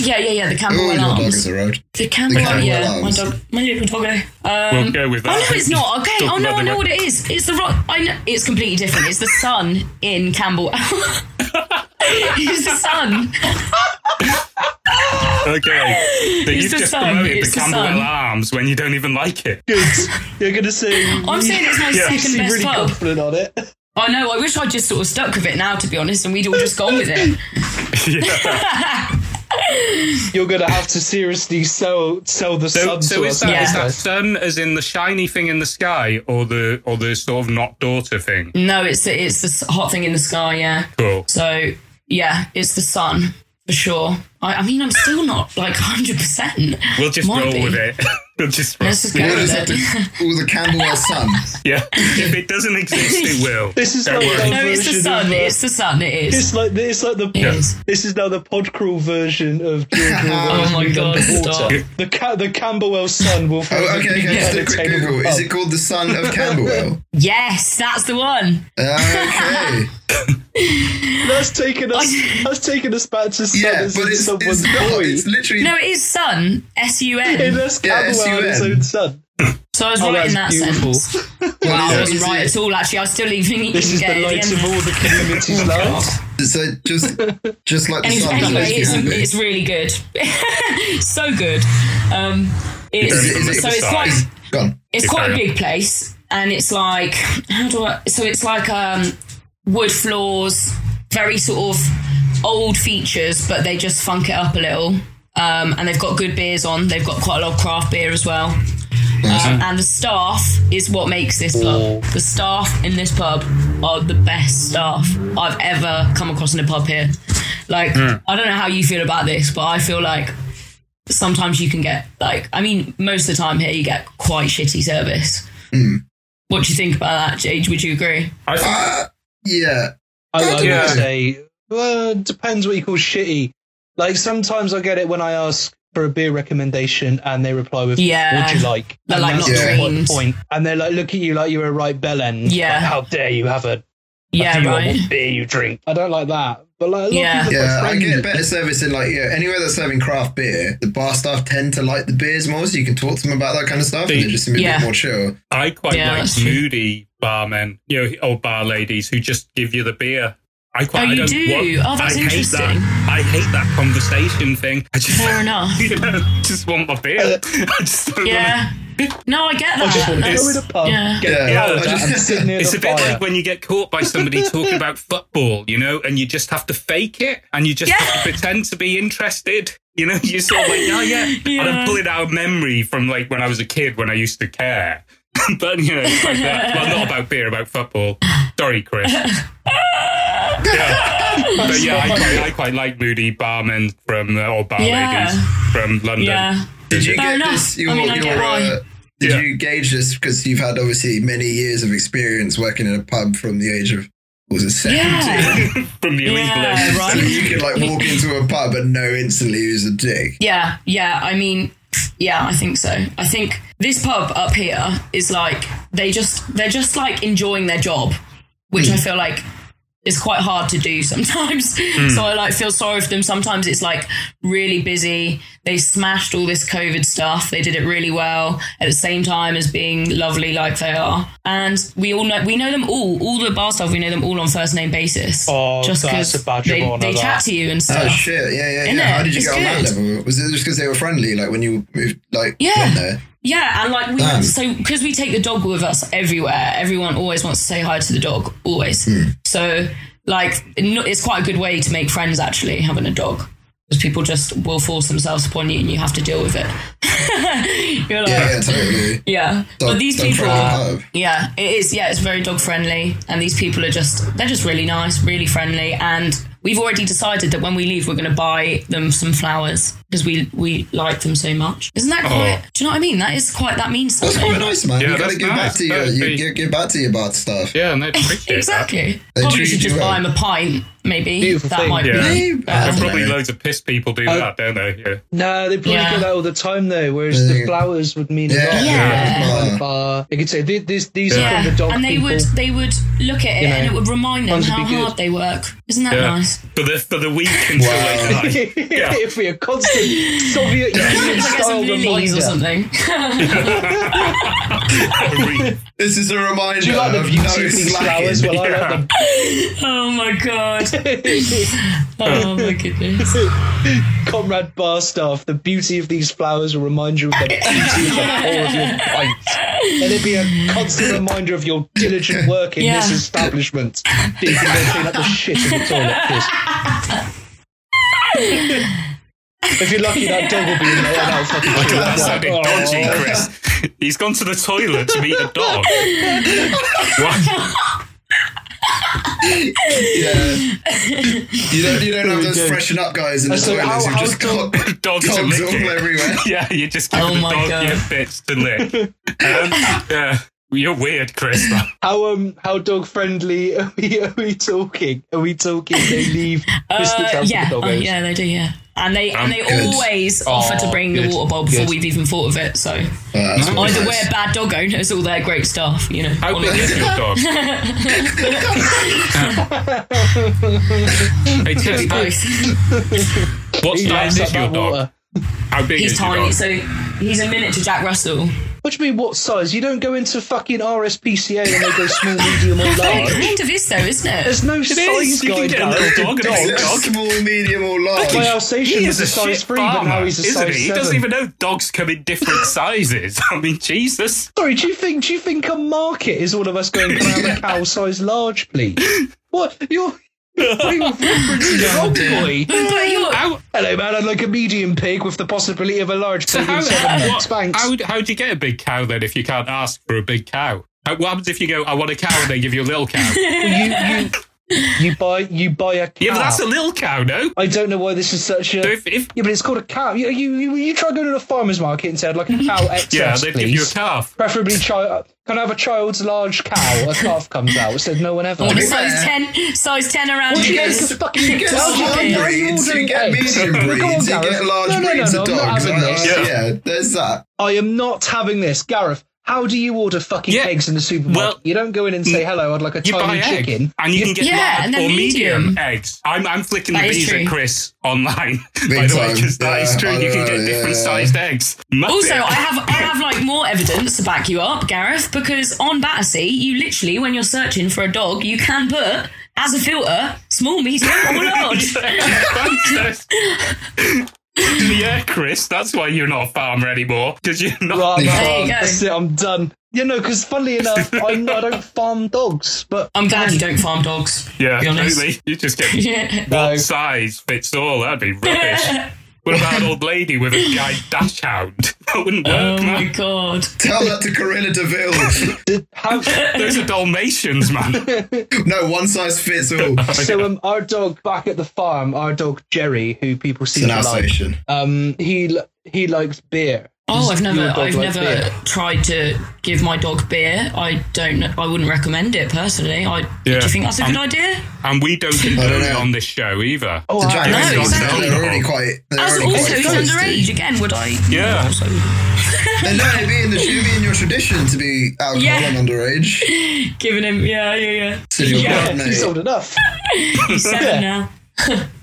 [SPEAKER 2] Yeah, yeah, yeah. The
[SPEAKER 4] Oh,
[SPEAKER 2] Camberwell
[SPEAKER 4] your dog
[SPEAKER 2] Arms.
[SPEAKER 4] is a road.
[SPEAKER 2] The Camberwell,
[SPEAKER 4] Camberwell
[SPEAKER 2] yeah. My
[SPEAKER 4] Arms.
[SPEAKER 2] dog, my little doggo. Um,
[SPEAKER 3] We'll go with that.
[SPEAKER 2] Oh no, it's not. Okay.
[SPEAKER 3] Dog
[SPEAKER 2] oh no, I
[SPEAKER 3] mother-
[SPEAKER 2] know what it is. It's the rock. I know. It's completely different. It's the sun in Campbell. <laughs> it's the sun.
[SPEAKER 3] Okay. <laughs> That
[SPEAKER 2] It's
[SPEAKER 3] you've
[SPEAKER 2] the
[SPEAKER 3] just
[SPEAKER 2] sun,
[SPEAKER 3] promoted
[SPEAKER 2] it's
[SPEAKER 3] the
[SPEAKER 2] the
[SPEAKER 3] Camberwell
[SPEAKER 2] sun.
[SPEAKER 3] Arms when you don't even like it.
[SPEAKER 1] You're gonna say
[SPEAKER 2] <laughs> I'm saying it's my
[SPEAKER 1] you
[SPEAKER 2] second
[SPEAKER 1] seem
[SPEAKER 2] best
[SPEAKER 1] really
[SPEAKER 2] pub.
[SPEAKER 1] confident on it.
[SPEAKER 2] I know. I wish I would just sort of stuck with it now, to be honest, and we'd all just gone with it.
[SPEAKER 3] Yeah.
[SPEAKER 1] You're gonna have to seriously sell sell the
[SPEAKER 3] So,
[SPEAKER 1] sun
[SPEAKER 3] so
[SPEAKER 1] to
[SPEAKER 3] is
[SPEAKER 1] us.
[SPEAKER 3] that is
[SPEAKER 2] Yeah.
[SPEAKER 3] that sun as in the shiny thing in the sky or the or the sort of not daughter thing?
[SPEAKER 2] No, it's the, it's the s- hot thing in the sky. Yeah.
[SPEAKER 3] Cool.
[SPEAKER 2] So yeah, it's the sun for sure. I, I mean, I'm still not like hundred percent.
[SPEAKER 3] We'll just
[SPEAKER 2] Might
[SPEAKER 3] roll
[SPEAKER 2] be.
[SPEAKER 3] with it. <laughs> We'll just roll.
[SPEAKER 2] Let's just go
[SPEAKER 4] What is
[SPEAKER 2] with
[SPEAKER 4] it?
[SPEAKER 2] it.
[SPEAKER 4] All the Camberwell sun.
[SPEAKER 3] Yeah. if it doesn't exist, it will.
[SPEAKER 1] <laughs> This is
[SPEAKER 3] Don't
[SPEAKER 1] like
[SPEAKER 3] worry.
[SPEAKER 1] the
[SPEAKER 2] No, it's the
[SPEAKER 1] version of,
[SPEAKER 2] sun.
[SPEAKER 1] uh,
[SPEAKER 2] It's the sun. It is.
[SPEAKER 1] It's like it's like the
[SPEAKER 2] It is.
[SPEAKER 1] this is now the podcrawl version of
[SPEAKER 4] <laughs>
[SPEAKER 1] George Orwell's
[SPEAKER 2] Oh my
[SPEAKER 1] Read
[SPEAKER 2] God,
[SPEAKER 1] Underwater.
[SPEAKER 2] stop.
[SPEAKER 1] The ca- the Camberwell Sun will
[SPEAKER 4] <laughs> Oh,
[SPEAKER 1] forever
[SPEAKER 4] okay,
[SPEAKER 1] be
[SPEAKER 4] okay. Just do a quick
[SPEAKER 1] entertainable
[SPEAKER 4] Google. Is
[SPEAKER 1] pub.
[SPEAKER 4] it called the sun
[SPEAKER 1] <laughs>
[SPEAKER 4] of Camberwell?
[SPEAKER 2] Yes, that's the one.
[SPEAKER 4] Okay.
[SPEAKER 1] That's taken
[SPEAKER 2] <laughs>
[SPEAKER 1] us. that's taken us back to sun
[SPEAKER 4] Yeah,
[SPEAKER 1] as
[SPEAKER 4] but
[SPEAKER 1] in
[SPEAKER 4] it's,
[SPEAKER 1] someone's
[SPEAKER 4] it's not.
[SPEAKER 1] boy.
[SPEAKER 4] It's literally.
[SPEAKER 2] No, it is sun. S U
[SPEAKER 1] Hey,
[SPEAKER 2] N.
[SPEAKER 1] that's
[SPEAKER 4] Yeah,
[SPEAKER 1] Camberwell
[SPEAKER 4] S-U-N.
[SPEAKER 1] in its own sun.
[SPEAKER 2] So I was
[SPEAKER 1] Oh,
[SPEAKER 2] right in that
[SPEAKER 1] that's beautiful.
[SPEAKER 2] sense. Wow,
[SPEAKER 4] well,
[SPEAKER 2] I
[SPEAKER 4] it's-
[SPEAKER 2] wasn't
[SPEAKER 4] it's-
[SPEAKER 2] right at all. Actually, I was still even eating
[SPEAKER 1] This is the
[SPEAKER 2] gay at
[SPEAKER 1] light
[SPEAKER 2] end.
[SPEAKER 1] of all the community's lives.
[SPEAKER 4] So just, just like the
[SPEAKER 2] Any-
[SPEAKER 4] sun.
[SPEAKER 2] Anyway,
[SPEAKER 4] does
[SPEAKER 2] it's,
[SPEAKER 4] Camberwell.
[SPEAKER 2] it's really good. <laughs> so good. Um, it's,
[SPEAKER 3] Don't even
[SPEAKER 2] so
[SPEAKER 3] look
[SPEAKER 2] it's
[SPEAKER 3] aside.
[SPEAKER 2] quite
[SPEAKER 4] gone.
[SPEAKER 2] it's
[SPEAKER 3] Keep
[SPEAKER 2] quite a
[SPEAKER 3] going.
[SPEAKER 2] big place, and it's like how do I? So it's like um, wood floors, very sort of old features, but they just funk it up a little. Um, and they've got good beers on. They've got quite a lot of craft beer as well. Um, and the staff is what makes this pub. The staff in this pub are the best staff I've ever come across in a pub here. Like, I don't know how you feel about this, but I feel like sometimes you can get, like, I mean, most of the time here you get quite shitty service.
[SPEAKER 1] Hmm.
[SPEAKER 2] What do you think about that, Jade? Would you agree?
[SPEAKER 3] I think
[SPEAKER 4] Uh, yeah.
[SPEAKER 1] I like
[SPEAKER 3] Yeah.
[SPEAKER 1] to say, well, it depends what you call shitty. Like sometimes I get it when I ask for a beer recommendation and they reply with,
[SPEAKER 2] Yeah.
[SPEAKER 1] "What do you like?"
[SPEAKER 2] They're
[SPEAKER 1] And
[SPEAKER 2] like,
[SPEAKER 1] that's
[SPEAKER 4] "Not
[SPEAKER 1] the
[SPEAKER 2] dreams."
[SPEAKER 1] point. And they're like, "Look at you, like you're a right bell end.
[SPEAKER 2] Yeah.
[SPEAKER 1] Like, how dare you have a
[SPEAKER 2] Yeah,
[SPEAKER 1] do you
[SPEAKER 2] right.
[SPEAKER 1] want what beer you drink?" I don't like that. But like, a lot
[SPEAKER 2] Yeah.
[SPEAKER 1] of people
[SPEAKER 4] Yeah,
[SPEAKER 1] are
[SPEAKER 4] I
[SPEAKER 1] friendly.
[SPEAKER 4] get better service in like yeah, anywhere that's serving craft beer. The bar staff tend to like the beers more, so you can talk to them about that kind of stuff. And
[SPEAKER 3] See.
[SPEAKER 4] they're just a bit
[SPEAKER 2] Yeah.
[SPEAKER 4] more chill.
[SPEAKER 3] I quite
[SPEAKER 2] Yeah,
[SPEAKER 3] like
[SPEAKER 2] that's true.
[SPEAKER 3] moody barmen, you know, or bar ladies who just give you the beer. I quite.
[SPEAKER 2] Oh,
[SPEAKER 3] I
[SPEAKER 2] you
[SPEAKER 3] don't
[SPEAKER 2] do?
[SPEAKER 3] want-
[SPEAKER 2] Oh, that's
[SPEAKER 3] I Hate
[SPEAKER 2] interesting.
[SPEAKER 3] that. I hate that conversation thing. I just,
[SPEAKER 2] Fair enough.
[SPEAKER 1] <laughs>
[SPEAKER 3] <laughs> You know, just want my beer. <laughs> I just don't want
[SPEAKER 2] Yeah. No, I get that.
[SPEAKER 1] I just want to
[SPEAKER 2] That's-
[SPEAKER 1] go in a pub,
[SPEAKER 2] yeah.
[SPEAKER 1] get
[SPEAKER 4] Yeah.
[SPEAKER 1] a
[SPEAKER 3] Yeah,
[SPEAKER 1] beer
[SPEAKER 3] I
[SPEAKER 1] and
[SPEAKER 4] just-
[SPEAKER 1] sit near
[SPEAKER 3] <laughs> It's
[SPEAKER 1] the
[SPEAKER 3] a bit
[SPEAKER 1] fire.
[SPEAKER 3] like when you get caught
[SPEAKER 2] <laughs>
[SPEAKER 3] by somebody talking about football, you know, and you just have to fake it and you just have to pretend to be interested. You know, you're sort of like, oh, yeah. And
[SPEAKER 2] Yeah.
[SPEAKER 3] I'm pulling out a memory from like when I was a kid when I used to care. <laughs> but, you know, it's like that. Well, not about beer, about football.
[SPEAKER 2] <laughs>
[SPEAKER 3] Sorry, Chris. yeah. But yeah, I quite, I quite like moody barmen from, uh, or bar
[SPEAKER 2] Yeah.
[SPEAKER 3] ladies from London.
[SPEAKER 2] Yeah.
[SPEAKER 4] Did you
[SPEAKER 2] Fair
[SPEAKER 4] get
[SPEAKER 2] enough.
[SPEAKER 4] this? Your,
[SPEAKER 2] I mean, I
[SPEAKER 4] your,
[SPEAKER 2] get why.
[SPEAKER 4] uh, did
[SPEAKER 3] Yeah.
[SPEAKER 4] you gauge this because you've had obviously many years of experience working in a pub from the age of what was it seventeen?
[SPEAKER 2] Yeah.
[SPEAKER 3] <laughs> from the illegal
[SPEAKER 2] Yeah,
[SPEAKER 3] age.
[SPEAKER 2] right.
[SPEAKER 3] <laughs>
[SPEAKER 4] So you could like walk into a pub and know instantly who's a dick.
[SPEAKER 2] Yeah, yeah. I mean, yeah, I think so. I think this pub up here is like they just they're just like enjoying their job, which
[SPEAKER 1] Hmm.
[SPEAKER 2] I feel like is quite hard to do <laughs> sometimes.
[SPEAKER 1] Hmm.
[SPEAKER 2] So I like feel sorry for them. Sometimes it's like really busy. They smashed all this COVID stuff. They did it really well at the same time as being lovely like they are. And we all know we know them all. All the bar staff we know them all on first name basis.
[SPEAKER 1] Oh, that's
[SPEAKER 2] 'cause
[SPEAKER 1] a badge of
[SPEAKER 2] they,
[SPEAKER 1] honour,
[SPEAKER 2] they
[SPEAKER 1] that.
[SPEAKER 2] chat to you and
[SPEAKER 4] Oh
[SPEAKER 2] stuff.
[SPEAKER 4] shit! Yeah, yeah, yeah.
[SPEAKER 2] Innit?
[SPEAKER 4] How did you
[SPEAKER 2] It's
[SPEAKER 4] get on that
[SPEAKER 2] good.
[SPEAKER 4] level? Was it just because they were friendly? Like when you moved, like
[SPEAKER 2] Yeah.
[SPEAKER 4] went there?
[SPEAKER 2] Yeah, and like we
[SPEAKER 4] Damn.
[SPEAKER 2] so because we take the dog with us everywhere. Everyone always wants to say hi to the dog, always. So like no- it's quite a good way to make friends actually having a dog because people just will force themselves upon you and you have to deal with it. <laughs> You're like,
[SPEAKER 4] Yeah,
[SPEAKER 2] yeah.
[SPEAKER 4] yeah totally.
[SPEAKER 2] but these
[SPEAKER 4] dog
[SPEAKER 2] people,
[SPEAKER 4] friendly
[SPEAKER 2] are,
[SPEAKER 4] pub.
[SPEAKER 2] yeah, it is. Yeah, it's very dog friendly, and these people are just they're just really nice, really friendly, and we've already decided that when we leave, we're going to buy them some flowers because we we like them so much. Isn't that quite?
[SPEAKER 3] Oh.
[SPEAKER 2] Do you know what I mean? That is quite. That means
[SPEAKER 4] That's
[SPEAKER 2] something.
[SPEAKER 4] quite nice, man.
[SPEAKER 3] Yeah,
[SPEAKER 4] you gotta
[SPEAKER 3] that's
[SPEAKER 4] give
[SPEAKER 3] nice.
[SPEAKER 4] back to your
[SPEAKER 3] That'd
[SPEAKER 4] you
[SPEAKER 3] be-
[SPEAKER 4] give, give back to your bar stuff.
[SPEAKER 3] Yeah, and they'd appreciate that.
[SPEAKER 2] Exactly.
[SPEAKER 4] They
[SPEAKER 2] Probably
[SPEAKER 4] treat
[SPEAKER 2] should
[SPEAKER 4] you
[SPEAKER 2] just
[SPEAKER 4] well.
[SPEAKER 2] buy him a pint maybe
[SPEAKER 1] Beautiful
[SPEAKER 2] that
[SPEAKER 1] thing.
[SPEAKER 2] might
[SPEAKER 3] Yeah.
[SPEAKER 2] be.
[SPEAKER 4] Maybe.
[SPEAKER 2] better.
[SPEAKER 3] And
[SPEAKER 4] Yeah.
[SPEAKER 3] probably loads of piss people do
[SPEAKER 1] Oh.
[SPEAKER 3] that, don't they? Yeah.
[SPEAKER 1] No, they probably
[SPEAKER 2] Yeah.
[SPEAKER 1] do that all the time though. Whereas
[SPEAKER 4] Yeah.
[SPEAKER 1] the flowers would mean a lot.
[SPEAKER 2] Yeah.
[SPEAKER 1] Like, uh, you could say these these, these are
[SPEAKER 2] Yeah,
[SPEAKER 1] from the dog
[SPEAKER 2] and they
[SPEAKER 1] people.
[SPEAKER 2] would they would look at it
[SPEAKER 1] You know,
[SPEAKER 2] and it would remind them
[SPEAKER 1] ones would
[SPEAKER 2] how
[SPEAKER 1] be good.
[SPEAKER 2] hard they work. Isn't that
[SPEAKER 3] Yeah. <laughs>
[SPEAKER 2] nice?
[SPEAKER 3] For the for the week until
[SPEAKER 1] <laughs>
[SPEAKER 4] Wow.
[SPEAKER 3] they die. Yeah.
[SPEAKER 1] <laughs> if we are
[SPEAKER 2] <laughs>
[SPEAKER 1] constant Soviet Union
[SPEAKER 2] Like some
[SPEAKER 1] style
[SPEAKER 2] lilies or
[SPEAKER 1] reminder.
[SPEAKER 2] something.
[SPEAKER 3] Every-
[SPEAKER 4] This is a reminder.
[SPEAKER 1] Do you like the
[SPEAKER 4] of
[SPEAKER 1] beauty
[SPEAKER 4] no
[SPEAKER 1] of these flowers?
[SPEAKER 4] slacking.
[SPEAKER 1] Well, I like them.
[SPEAKER 2] oh my god! oh my goodness!
[SPEAKER 1] Comrade Bar staff, the beauty of these flowers will remind you of the beauty of the core of your pint. Let it be a constant reminder of your diligent work in this
[SPEAKER 2] Yeah.
[SPEAKER 1] establishment. That you can go clean up the shit in the toilet, please. if you're lucky, that dog will be in there. That'll fucking
[SPEAKER 3] Look at that
[SPEAKER 1] kill
[SPEAKER 3] sounding
[SPEAKER 1] you.
[SPEAKER 3] dodgy,
[SPEAKER 1] Oh.
[SPEAKER 3] Chris. He's gone to the toilet to meet a dog. What?
[SPEAKER 4] Yeah. You don't, you don't have those freshen up guys in the
[SPEAKER 1] So how-
[SPEAKER 4] toilets who
[SPEAKER 1] how
[SPEAKER 4] just
[SPEAKER 1] come-
[SPEAKER 4] got
[SPEAKER 3] Dogs are
[SPEAKER 4] dogs all
[SPEAKER 3] licking.
[SPEAKER 4] everywhere. Uh,
[SPEAKER 3] Yeah, you just give
[SPEAKER 2] Oh
[SPEAKER 3] the
[SPEAKER 2] my
[SPEAKER 3] dog
[SPEAKER 2] God.
[SPEAKER 3] your bits to lick. Um, yeah. You're weird, Chris. man.
[SPEAKER 1] How um how dog friendly <laughs> are we are we talking? Are we talking they leave biscuits
[SPEAKER 2] Uh,
[SPEAKER 1] out
[SPEAKER 2] yeah,
[SPEAKER 1] for the
[SPEAKER 2] oh,
[SPEAKER 1] doggos?
[SPEAKER 2] yeah, they do. Yeah, and they
[SPEAKER 3] Um,
[SPEAKER 2] and they
[SPEAKER 4] good.
[SPEAKER 2] always offer to bring
[SPEAKER 1] good,
[SPEAKER 2] the water bowl before
[SPEAKER 1] good.
[SPEAKER 2] we've even thought of it. So
[SPEAKER 4] Uh, that's what
[SPEAKER 2] either <laughs>
[SPEAKER 4] it
[SPEAKER 2] we're
[SPEAKER 4] is.
[SPEAKER 2] bad dog owners or they're great staff. You know.
[SPEAKER 3] How big is your dog? hey, Teddy,
[SPEAKER 2] Both.
[SPEAKER 3] what
[SPEAKER 1] He laps
[SPEAKER 3] size
[SPEAKER 1] up
[SPEAKER 3] is your
[SPEAKER 1] that
[SPEAKER 3] dog?
[SPEAKER 1] water.
[SPEAKER 3] How big
[SPEAKER 2] He's
[SPEAKER 3] is your
[SPEAKER 2] tiny,
[SPEAKER 3] dog?
[SPEAKER 2] so he's a miniature Jack Russell.
[SPEAKER 1] What do you mean what size? You don't go into fucking RSPCA and they go small,
[SPEAKER 3] <laughs>
[SPEAKER 1] medium or
[SPEAKER 2] It
[SPEAKER 1] large.
[SPEAKER 2] kind of is though, isn't it?
[SPEAKER 1] There's no
[SPEAKER 3] It
[SPEAKER 1] size
[SPEAKER 3] is. You can
[SPEAKER 1] guide.
[SPEAKER 3] get a
[SPEAKER 1] Darren.
[SPEAKER 3] little dog and a
[SPEAKER 4] Is
[SPEAKER 3] big
[SPEAKER 4] it <laughs>
[SPEAKER 3] dog.
[SPEAKER 4] small, medium, or large?
[SPEAKER 1] My Alsatian
[SPEAKER 3] He
[SPEAKER 1] was
[SPEAKER 3] is
[SPEAKER 1] a,
[SPEAKER 3] a
[SPEAKER 1] size
[SPEAKER 3] shit
[SPEAKER 1] three, but now
[SPEAKER 3] farmer,
[SPEAKER 1] he's a
[SPEAKER 3] isn't
[SPEAKER 1] size
[SPEAKER 3] he? He
[SPEAKER 1] seven.
[SPEAKER 3] doesn't even know dogs come
[SPEAKER 1] <laughs>
[SPEAKER 3] in different sizes. I mean, Jesus.
[SPEAKER 1] Sorry, do you think do you think a market is all of us going can I
[SPEAKER 3] <laughs>
[SPEAKER 1] have a cow size large, please? What you're what are you referencing wrong, boy?
[SPEAKER 2] But you're,
[SPEAKER 3] How,
[SPEAKER 1] Hello, man. I'd like a medium pig with the possibility of a large pig
[SPEAKER 3] so
[SPEAKER 1] in
[SPEAKER 3] how,
[SPEAKER 1] seven
[SPEAKER 3] what,
[SPEAKER 1] months. Thanks.
[SPEAKER 3] how, how do you get a big cow then if you can't ask for a big cow? How, what happens if you go, I want a cow, and they give you a
[SPEAKER 2] <laughs>
[SPEAKER 3] little cow?
[SPEAKER 1] Well, you, you, you buy you buy a cow.
[SPEAKER 3] Yeah, but that's a little cow, no?
[SPEAKER 1] I don't know why this is such a.
[SPEAKER 3] So if, if
[SPEAKER 1] yeah, but it's called a cow. You you you, you try going to the farmer's market and said like a cow excess,
[SPEAKER 3] <laughs> yeah, they'd give you a
[SPEAKER 1] please.
[SPEAKER 3] calf.
[SPEAKER 1] Preferably child. Can I have a child's large cow? A calf comes out. Said no one ever.
[SPEAKER 2] on a
[SPEAKER 1] What
[SPEAKER 2] size ten, size ten around
[SPEAKER 1] do you
[SPEAKER 2] here.
[SPEAKER 1] get
[SPEAKER 4] Yes.
[SPEAKER 1] for
[SPEAKER 4] <laughs>
[SPEAKER 1] fucking
[SPEAKER 4] You get
[SPEAKER 1] how do you
[SPEAKER 4] small
[SPEAKER 1] get- how are you
[SPEAKER 4] breeds, you
[SPEAKER 1] ordering
[SPEAKER 4] get
[SPEAKER 1] eggs?
[SPEAKER 4] medium
[SPEAKER 1] Go on,
[SPEAKER 4] breeds, you
[SPEAKER 1] Gareth.
[SPEAKER 4] get large
[SPEAKER 1] No, no, no,
[SPEAKER 4] breeds
[SPEAKER 1] no,
[SPEAKER 4] of
[SPEAKER 1] I'm not
[SPEAKER 4] dogs.
[SPEAKER 1] having
[SPEAKER 4] Uh,
[SPEAKER 1] this.
[SPEAKER 4] yeah.
[SPEAKER 3] Yeah.
[SPEAKER 4] there's that.
[SPEAKER 1] I am not having this, Gareth. How do you order fucking
[SPEAKER 3] Yeah,
[SPEAKER 1] eggs in the supermarket?
[SPEAKER 3] well,
[SPEAKER 1] you don't go in and say hello. I'd like a
[SPEAKER 3] You buy
[SPEAKER 1] tiny
[SPEAKER 3] egg,
[SPEAKER 1] chicken.
[SPEAKER 3] and you can get
[SPEAKER 2] Yeah,
[SPEAKER 3] large
[SPEAKER 2] and they're
[SPEAKER 3] or medium.
[SPEAKER 2] medium.
[SPEAKER 3] eggs. I'm, I'm flicking the
[SPEAKER 2] That is
[SPEAKER 3] bees at
[SPEAKER 2] true.
[SPEAKER 3] Chris online, <laughs> by
[SPEAKER 4] Big
[SPEAKER 3] the way,
[SPEAKER 4] time.
[SPEAKER 3] because that
[SPEAKER 4] Yeah,
[SPEAKER 3] is true.
[SPEAKER 4] I
[SPEAKER 3] You can
[SPEAKER 4] know,
[SPEAKER 3] get
[SPEAKER 4] yeah,
[SPEAKER 3] different
[SPEAKER 4] yeah.
[SPEAKER 3] sized eggs. Muppet.
[SPEAKER 2] Also, I have I have like more evidence to back you up, Gareth, because on Battersea, you literally, when you're searching for a dog, you can put as a filter small, medium,
[SPEAKER 3] <laughs>
[SPEAKER 2] or large.
[SPEAKER 3] yeah, Chris, that's why you're not a farmer anymore. Because you're not.
[SPEAKER 1] Right,
[SPEAKER 4] There
[SPEAKER 1] right,
[SPEAKER 2] you go.
[SPEAKER 1] that's it. I'm done. You know, because funnily
[SPEAKER 3] <laughs>
[SPEAKER 1] enough, I'm, I don't farm dogs, but
[SPEAKER 2] I'm glad you don't farm dogs.
[SPEAKER 3] yeah,
[SPEAKER 2] be honest.
[SPEAKER 3] totally. You just
[SPEAKER 2] <laughs>
[SPEAKER 3] get
[SPEAKER 2] Yeah.
[SPEAKER 3] <laughs>
[SPEAKER 1] no.
[SPEAKER 3] size fits all. That'd be rubbish. what about an old lady with a giant dash hound? <laughs> That wouldn't
[SPEAKER 2] Oh
[SPEAKER 3] work,
[SPEAKER 2] my
[SPEAKER 3] man.
[SPEAKER 2] god.
[SPEAKER 4] Tell that to Corilla Deville. <laughs>
[SPEAKER 1] Have,
[SPEAKER 3] Those are Dalmatians, man.
[SPEAKER 4] no, one size fits all. It's
[SPEAKER 1] so um, our dog back at the farm, our dog Jerry, who people seem
[SPEAKER 4] an
[SPEAKER 1] to like,
[SPEAKER 4] Alsatian.
[SPEAKER 1] um, he li- he likes beer.
[SPEAKER 2] Oh, I've never
[SPEAKER 1] Your dog
[SPEAKER 2] I've
[SPEAKER 1] likes
[SPEAKER 2] never
[SPEAKER 1] beer.
[SPEAKER 2] tried to give my dog beer. I don't I wouldn't recommend it personally. I do
[SPEAKER 3] Yeah.
[SPEAKER 2] you think that's a good
[SPEAKER 3] Um,
[SPEAKER 2] idea?
[SPEAKER 3] And we don't condone
[SPEAKER 4] don't
[SPEAKER 3] it
[SPEAKER 4] know.
[SPEAKER 3] on this show either.
[SPEAKER 1] Oh,
[SPEAKER 4] The
[SPEAKER 1] I-
[SPEAKER 4] Jack
[SPEAKER 2] No,
[SPEAKER 4] Russell,
[SPEAKER 2] exactly.
[SPEAKER 4] They're already quite. They're
[SPEAKER 2] As
[SPEAKER 4] already
[SPEAKER 2] also he's
[SPEAKER 4] quite thirsty.
[SPEAKER 2] underage again, would I
[SPEAKER 3] Yeah.
[SPEAKER 2] also
[SPEAKER 4] And no, it'd be in the it'd be in your tradition to be alcohol
[SPEAKER 2] Yeah.
[SPEAKER 4] and underage.
[SPEAKER 2] giving him yeah, yeah,
[SPEAKER 4] So you're
[SPEAKER 2] Yeah,
[SPEAKER 4] right, mate.
[SPEAKER 1] he's old enough.
[SPEAKER 2] yeah. He's seven now.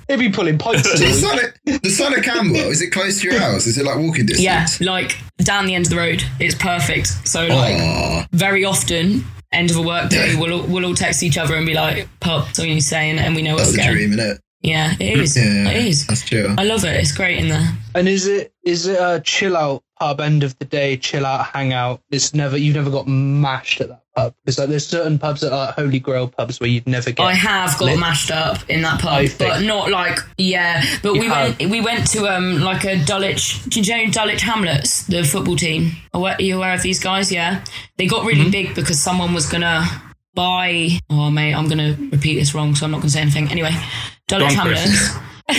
[SPEAKER 1] He'd be pulling
[SPEAKER 4] <laughs>
[SPEAKER 1] pints.
[SPEAKER 4] So the son of the son of Campbell is it close to your house? Is it like walking distance?
[SPEAKER 2] Yeah, like down the end of the road. It's perfect. So like
[SPEAKER 4] Aw.
[SPEAKER 2] very often, end of a work day,
[SPEAKER 4] Yeah.
[SPEAKER 2] we'll all, we'll all text each other and be like, "Pop, something you're saying," and we know
[SPEAKER 4] that's
[SPEAKER 2] what's
[SPEAKER 4] the
[SPEAKER 2] going.
[SPEAKER 4] dream, innit?
[SPEAKER 2] Yeah, it is.
[SPEAKER 4] Yeah,
[SPEAKER 2] It is.
[SPEAKER 4] That's true.
[SPEAKER 2] I love it. It's great in there.
[SPEAKER 1] and is it is it a chill out pub end of the day, chill out, hang out? It's never you've never got mashed at that pub because like there's certain pubs that are like holy grail pubs where you'd never get.
[SPEAKER 2] I have got
[SPEAKER 1] Lit.
[SPEAKER 2] mashed up in that pub,
[SPEAKER 1] think-
[SPEAKER 2] but not like yeah. But we
[SPEAKER 1] You have.
[SPEAKER 2] went we went to um like a Dulwich. Do you know Dulwich Hamlets, the football team? Are wa- are you aware of these guys? Yeah, they got really big because someone was gonna buy. Oh mate, I'm gonna repeat this wrong, so I'm not gonna say anything. Anyway, Dulwich
[SPEAKER 3] Go on, Chris.
[SPEAKER 2] Hamlets. <laughs>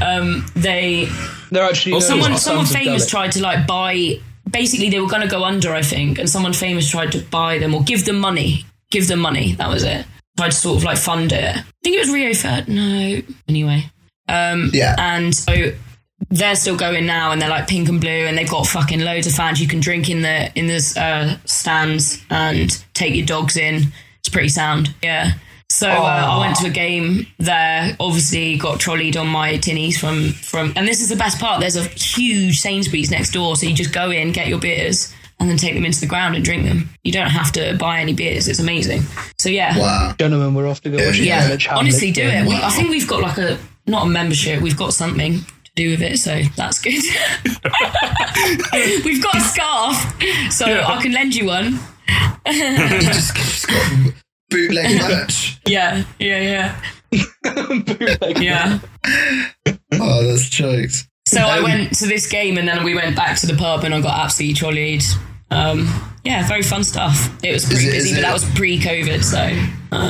[SPEAKER 2] um, they
[SPEAKER 1] They're actually known
[SPEAKER 2] someone
[SPEAKER 1] as the
[SPEAKER 2] someone
[SPEAKER 1] Sons of
[SPEAKER 2] famous
[SPEAKER 1] Dulwich.
[SPEAKER 2] tried to like buy basically they were going to go under i think and someone famous tried to buy them or give them money give them money that was it tried to sort of like fund it. I think it was Rio Ferd. No, anyway. Um,
[SPEAKER 4] Yeah.
[SPEAKER 2] And so they're still going now, and they're like pink and blue, and they've got fucking loads of fans. You can drink in the in the uh, stands and take your dogs in. It's pretty sound. Yeah. So uh, I went to a game there. Obviously, got trolleyed on my tinnies from from. And this is the best part. There's a huge Sainsbury's next door, so you just go in, get your beers, and then take them into the ground and drink them. You don't have to buy any beers. It's amazing. So yeah,
[SPEAKER 4] Wow.
[SPEAKER 1] Gentlemen, we're off to go watch
[SPEAKER 4] Yeah.
[SPEAKER 2] yeah.
[SPEAKER 1] Hamlet.
[SPEAKER 2] Honestly, do it. We, I think we've got like a not a membership. We've got something to do with it, so that's good. <laughs> we've got a scarf, so I can lend you one.
[SPEAKER 4] just, just got
[SPEAKER 2] <laughs>
[SPEAKER 4] bootleg merch.
[SPEAKER 2] Yeah, yeah, yeah,
[SPEAKER 1] <laughs> Bootleg.
[SPEAKER 2] yeah. Um,
[SPEAKER 4] Oh, that's jokes.
[SPEAKER 2] So I went to this game, and then we went back to the pub, and I got absolutely trolleyed. Um, yeah, very fun stuff. It was pretty
[SPEAKER 4] it-
[SPEAKER 2] busy,
[SPEAKER 4] is
[SPEAKER 2] but
[SPEAKER 4] it-
[SPEAKER 2] that was pre-COVID, so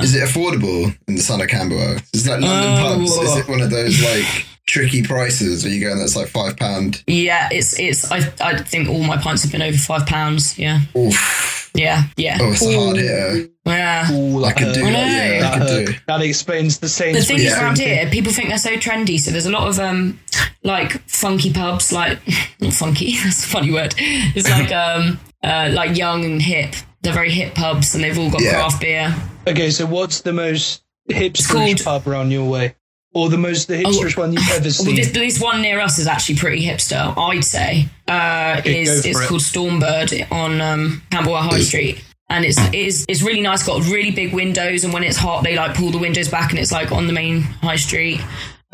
[SPEAKER 4] Is it affordable in the sun of Camberwell? Is that London
[SPEAKER 2] Oh.
[SPEAKER 4] pubs? Is it one of those like tricky prices where you go and that's like five pound?
[SPEAKER 2] yeah, it's it's. I I think all my pints have been over five pounds. Yeah,
[SPEAKER 4] Oof.
[SPEAKER 2] yeah, yeah,
[SPEAKER 4] Oh, it's a hard hitter.
[SPEAKER 2] yeah.
[SPEAKER 1] Ooh,
[SPEAKER 4] I
[SPEAKER 1] that
[SPEAKER 2] Uh,
[SPEAKER 4] could do
[SPEAKER 1] hurt.
[SPEAKER 4] that. Yeah, I
[SPEAKER 1] That
[SPEAKER 4] could do.
[SPEAKER 1] hurt. uh, That explains the same.
[SPEAKER 2] the thing is
[SPEAKER 4] Yeah.
[SPEAKER 2] around here people think they're so trendy so there's a lot of um like funky pubs like <laughs> not funky that's a funny word it's like um uh, like young and hip they're very hip pubs and they've all got
[SPEAKER 4] Yeah.
[SPEAKER 2] craft beer
[SPEAKER 1] Okay, so what's the most hipsterish
[SPEAKER 2] called- Oh,
[SPEAKER 1] pub around your way, or the most the hipsterish one you've ever
[SPEAKER 2] well,
[SPEAKER 1] seen?
[SPEAKER 2] this, this one near us is actually pretty hipster i'd say uh
[SPEAKER 1] go
[SPEAKER 2] is
[SPEAKER 1] for
[SPEAKER 2] it's
[SPEAKER 1] it.
[SPEAKER 2] called stormbird on um camberwell high street and it's it is it's really nice got really big windows and when it's hot they like pull the windows back and it's like on the main high street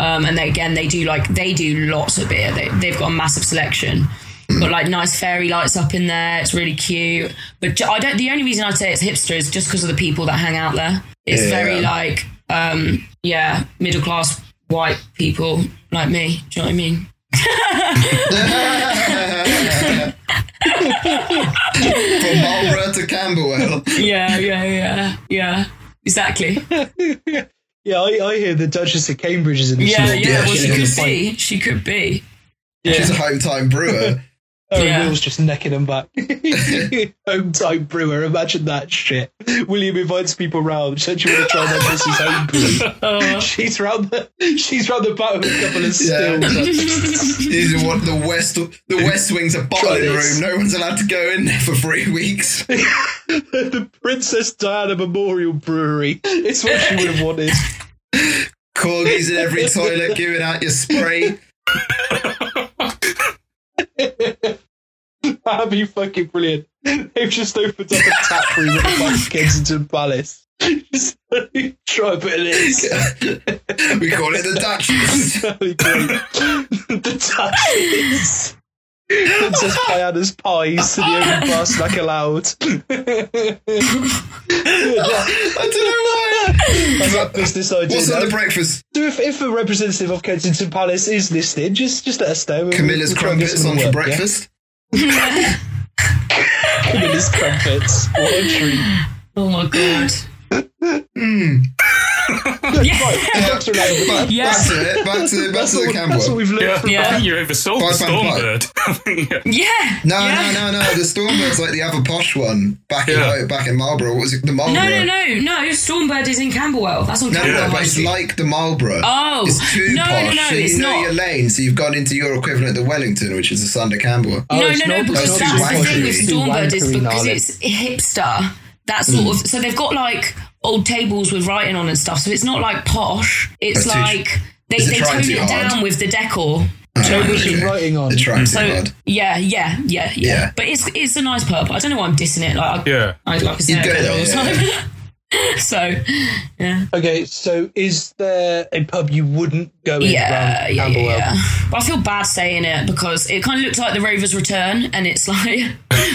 [SPEAKER 2] um, and they, again, they do like they do lots of beer. They, they've got a massive selection. Got like nice fairy lights up in there. It's really cute. But ju- I don't. The only reason I'd say it's hipster is just because of the people that hang out there. It's
[SPEAKER 4] Yeah.
[SPEAKER 2] very like, um, yeah, middle class white people like me. Do you know what I mean?
[SPEAKER 4] From Marlborough to Camberwell.
[SPEAKER 2] Yeah, yeah, yeah, yeah. Exactly.
[SPEAKER 1] yeah, I, I hear the Duchess of Cambridge is in this.
[SPEAKER 2] Yeah,
[SPEAKER 1] one.
[SPEAKER 2] yeah. Well,
[SPEAKER 4] she's
[SPEAKER 2] she
[SPEAKER 4] on
[SPEAKER 2] could
[SPEAKER 4] the
[SPEAKER 2] be. She could be.
[SPEAKER 4] She's a hometown brewer.
[SPEAKER 1] Oh,
[SPEAKER 2] Yeah.
[SPEAKER 1] Will's just necking him back. <laughs> Hometown brewer, imagine that shit. William invites people round. Said you want to try my missus home brew.
[SPEAKER 2] <laughs> Oh.
[SPEAKER 1] She's round the she's round the back with a couple of
[SPEAKER 4] Yeah.
[SPEAKER 1] stills. <laughs>
[SPEAKER 4] These are what the West the West Wing's a bottling room. No one's allowed to go in there for three <laughs> weeks.
[SPEAKER 1] the Princess Diana Memorial Brewery. It's what she would have wanted.
[SPEAKER 4] Corgis in every toilet, giving out your spray.
[SPEAKER 1] That'd be fucking brilliant. They've just opened up a tap room at the Kensington Palace. Just try a bit of this.
[SPEAKER 4] We call it the Duchess.
[SPEAKER 1] That'd be great. the Duchess. Princess Diana's pies to the open bar snack allowed.
[SPEAKER 4] <laughs> I don't know why.
[SPEAKER 1] I love business idea.
[SPEAKER 4] What's on
[SPEAKER 1] though.
[SPEAKER 4] the breakfast?
[SPEAKER 1] so if, if a representative of Kensington Palace is listening, just just let us know. We'll-
[SPEAKER 4] Camilla's
[SPEAKER 1] we'll try and get
[SPEAKER 4] crumpets
[SPEAKER 1] some
[SPEAKER 4] on for
[SPEAKER 1] work,
[SPEAKER 4] breakfast.
[SPEAKER 1] Yeah? Camilla's crumpets. What a treat.
[SPEAKER 2] <laughs>
[SPEAKER 4] <laughs>
[SPEAKER 2] Oh my god.
[SPEAKER 4] Hmm.
[SPEAKER 1] Right, the dogs are out of the bag.
[SPEAKER 2] Yeah.
[SPEAKER 4] Back to it. Back to back
[SPEAKER 1] That's,
[SPEAKER 4] to the
[SPEAKER 1] what, that's what
[SPEAKER 4] Campbell.
[SPEAKER 1] we've learned
[SPEAKER 3] Yeah,
[SPEAKER 1] from
[SPEAKER 2] Yeah.
[SPEAKER 3] I think you oversold the
[SPEAKER 4] Five pound
[SPEAKER 3] Stormbird. Yeah.
[SPEAKER 2] Yeah.
[SPEAKER 4] No,
[SPEAKER 2] yeah.
[SPEAKER 4] no, no, no. The Stormbird's like the other posh one back in
[SPEAKER 3] Yeah.
[SPEAKER 4] back in Marlborough. What was it? The Marlborough.
[SPEAKER 2] No, no, no, no. Stormbird is in Camberwell. That's on
[SPEAKER 4] No,
[SPEAKER 2] Camberwell
[SPEAKER 4] no,
[SPEAKER 2] High
[SPEAKER 4] but it's
[SPEAKER 2] Street.
[SPEAKER 4] like the Marlborough.
[SPEAKER 2] Oh.
[SPEAKER 4] it's too
[SPEAKER 2] No, no,
[SPEAKER 4] posh.
[SPEAKER 2] no,
[SPEAKER 4] so
[SPEAKER 2] it's
[SPEAKER 4] you know
[SPEAKER 2] not.
[SPEAKER 4] your lane, so you've gone into your equivalent to Wellington, which is the Sunder Camberwell.
[SPEAKER 1] Oh,
[SPEAKER 2] no,
[SPEAKER 1] it's
[SPEAKER 2] no, no,
[SPEAKER 1] not-
[SPEAKER 2] because
[SPEAKER 4] it's not
[SPEAKER 2] that's the
[SPEAKER 4] too
[SPEAKER 2] thing with
[SPEAKER 4] wankery.
[SPEAKER 1] Too
[SPEAKER 2] Stormbird is
[SPEAKER 1] wankery,
[SPEAKER 2] because
[SPEAKER 1] darling.
[SPEAKER 2] it's hipster. That sort
[SPEAKER 4] Hmm.
[SPEAKER 2] of so they've got like old tables with writing on and stuff. So it's not like posh. It's
[SPEAKER 4] But too-
[SPEAKER 2] like they,
[SPEAKER 4] is it
[SPEAKER 2] they
[SPEAKER 4] trying
[SPEAKER 2] tone
[SPEAKER 4] too
[SPEAKER 2] it
[SPEAKER 4] hard?
[SPEAKER 2] down with the decor.
[SPEAKER 4] Ah,
[SPEAKER 1] Tables with writing on.
[SPEAKER 4] They're trying too
[SPEAKER 2] So
[SPEAKER 4] hard.
[SPEAKER 2] yeah, yeah, yeah, yeah,
[SPEAKER 4] Yeah.
[SPEAKER 2] But it's it's a nice pub. I don't know why I'm dissing it. Like I,
[SPEAKER 3] Yeah.
[SPEAKER 2] I like I say
[SPEAKER 4] You'd
[SPEAKER 2] I
[SPEAKER 4] go
[SPEAKER 2] go there all the
[SPEAKER 4] there,
[SPEAKER 2] time. <laughs> so
[SPEAKER 1] Okay, so is there a pub you wouldn't go in
[SPEAKER 2] yeah,
[SPEAKER 1] around
[SPEAKER 2] yeah, yeah,
[SPEAKER 1] Camberwell?
[SPEAKER 2] yeah. But I feel bad saying it because it kind of looked like the Rover's return, and it's <laughs> like,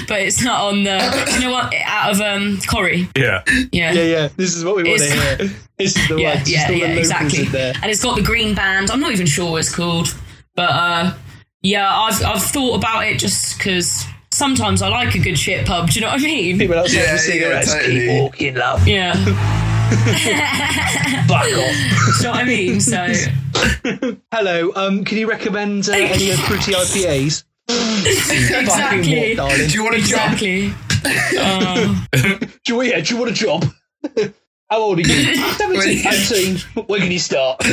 [SPEAKER 2] but it's not on the. You know what? Out of um Corrie.
[SPEAKER 3] Yeah.
[SPEAKER 2] Yeah.
[SPEAKER 1] Yeah, yeah, this is what we want to
[SPEAKER 2] It's-
[SPEAKER 1] hear. This is the one.
[SPEAKER 2] <laughs> Yeah,
[SPEAKER 1] Just
[SPEAKER 2] yeah,
[SPEAKER 1] all the
[SPEAKER 2] yeah,
[SPEAKER 1] locals
[SPEAKER 2] exactly.
[SPEAKER 1] in there.
[SPEAKER 2] And it's got the green band. I'm not even sure what it's called, but uh, yeah, I've I've thought about it just because sometimes I like a good shit pub. Do you know what I mean?
[SPEAKER 1] People outside
[SPEAKER 4] Yeah, yeah,
[SPEAKER 1] with cigarettes
[SPEAKER 4] totally.
[SPEAKER 1] keep walking, love.
[SPEAKER 2] Yeah, do <laughs>
[SPEAKER 1] Back off.
[SPEAKER 2] you know what I mean. So
[SPEAKER 1] <laughs> Hello, um, can you recommend uh, any of fruity
[SPEAKER 2] <laughs>
[SPEAKER 1] IPAs? Fucking
[SPEAKER 2] exactly,
[SPEAKER 1] what, darling?
[SPEAKER 4] Do you want a job?
[SPEAKER 2] exactly.
[SPEAKER 1] Do you, yeah, do you want a job? <laughs> How old are
[SPEAKER 2] <laughs>
[SPEAKER 1] you? 17, 18. Where can you start?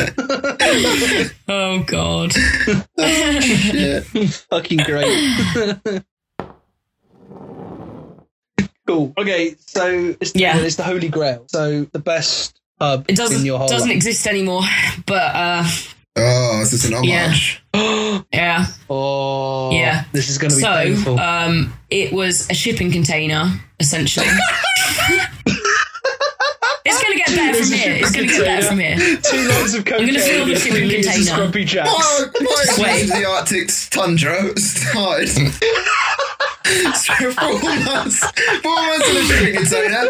[SPEAKER 2] Oh god.
[SPEAKER 4] Yeah.
[SPEAKER 1] Fucking great.
[SPEAKER 2] <laughs>
[SPEAKER 1] cool. Okay, so it's the,
[SPEAKER 2] Yeah.
[SPEAKER 1] it's the Holy Grail. So the best pub
[SPEAKER 2] It doesn't
[SPEAKER 1] in your whole
[SPEAKER 2] doesn't
[SPEAKER 1] life.
[SPEAKER 2] exist anymore. But uh
[SPEAKER 4] Oh, is this an homage?
[SPEAKER 2] yeah.
[SPEAKER 1] oh,
[SPEAKER 2] Yeah.
[SPEAKER 1] This is going to be
[SPEAKER 2] So
[SPEAKER 1] painful.
[SPEAKER 2] um it was a shipping container,
[SPEAKER 1] <laughs>
[SPEAKER 2] essentially. it's gonna get better from
[SPEAKER 1] a
[SPEAKER 2] here. It's gonna
[SPEAKER 1] shipping
[SPEAKER 2] get better from here.
[SPEAKER 1] <laughs> Two lines of cocaine.
[SPEAKER 2] gonna fill the
[SPEAKER 1] and
[SPEAKER 2] shipping
[SPEAKER 1] three litres of
[SPEAKER 2] container.
[SPEAKER 1] Scrumpy Jacks.
[SPEAKER 4] Oh, my
[SPEAKER 2] Wait.
[SPEAKER 4] way to the Arctic tundra started. <laughs> so four months, four months in a shipping container.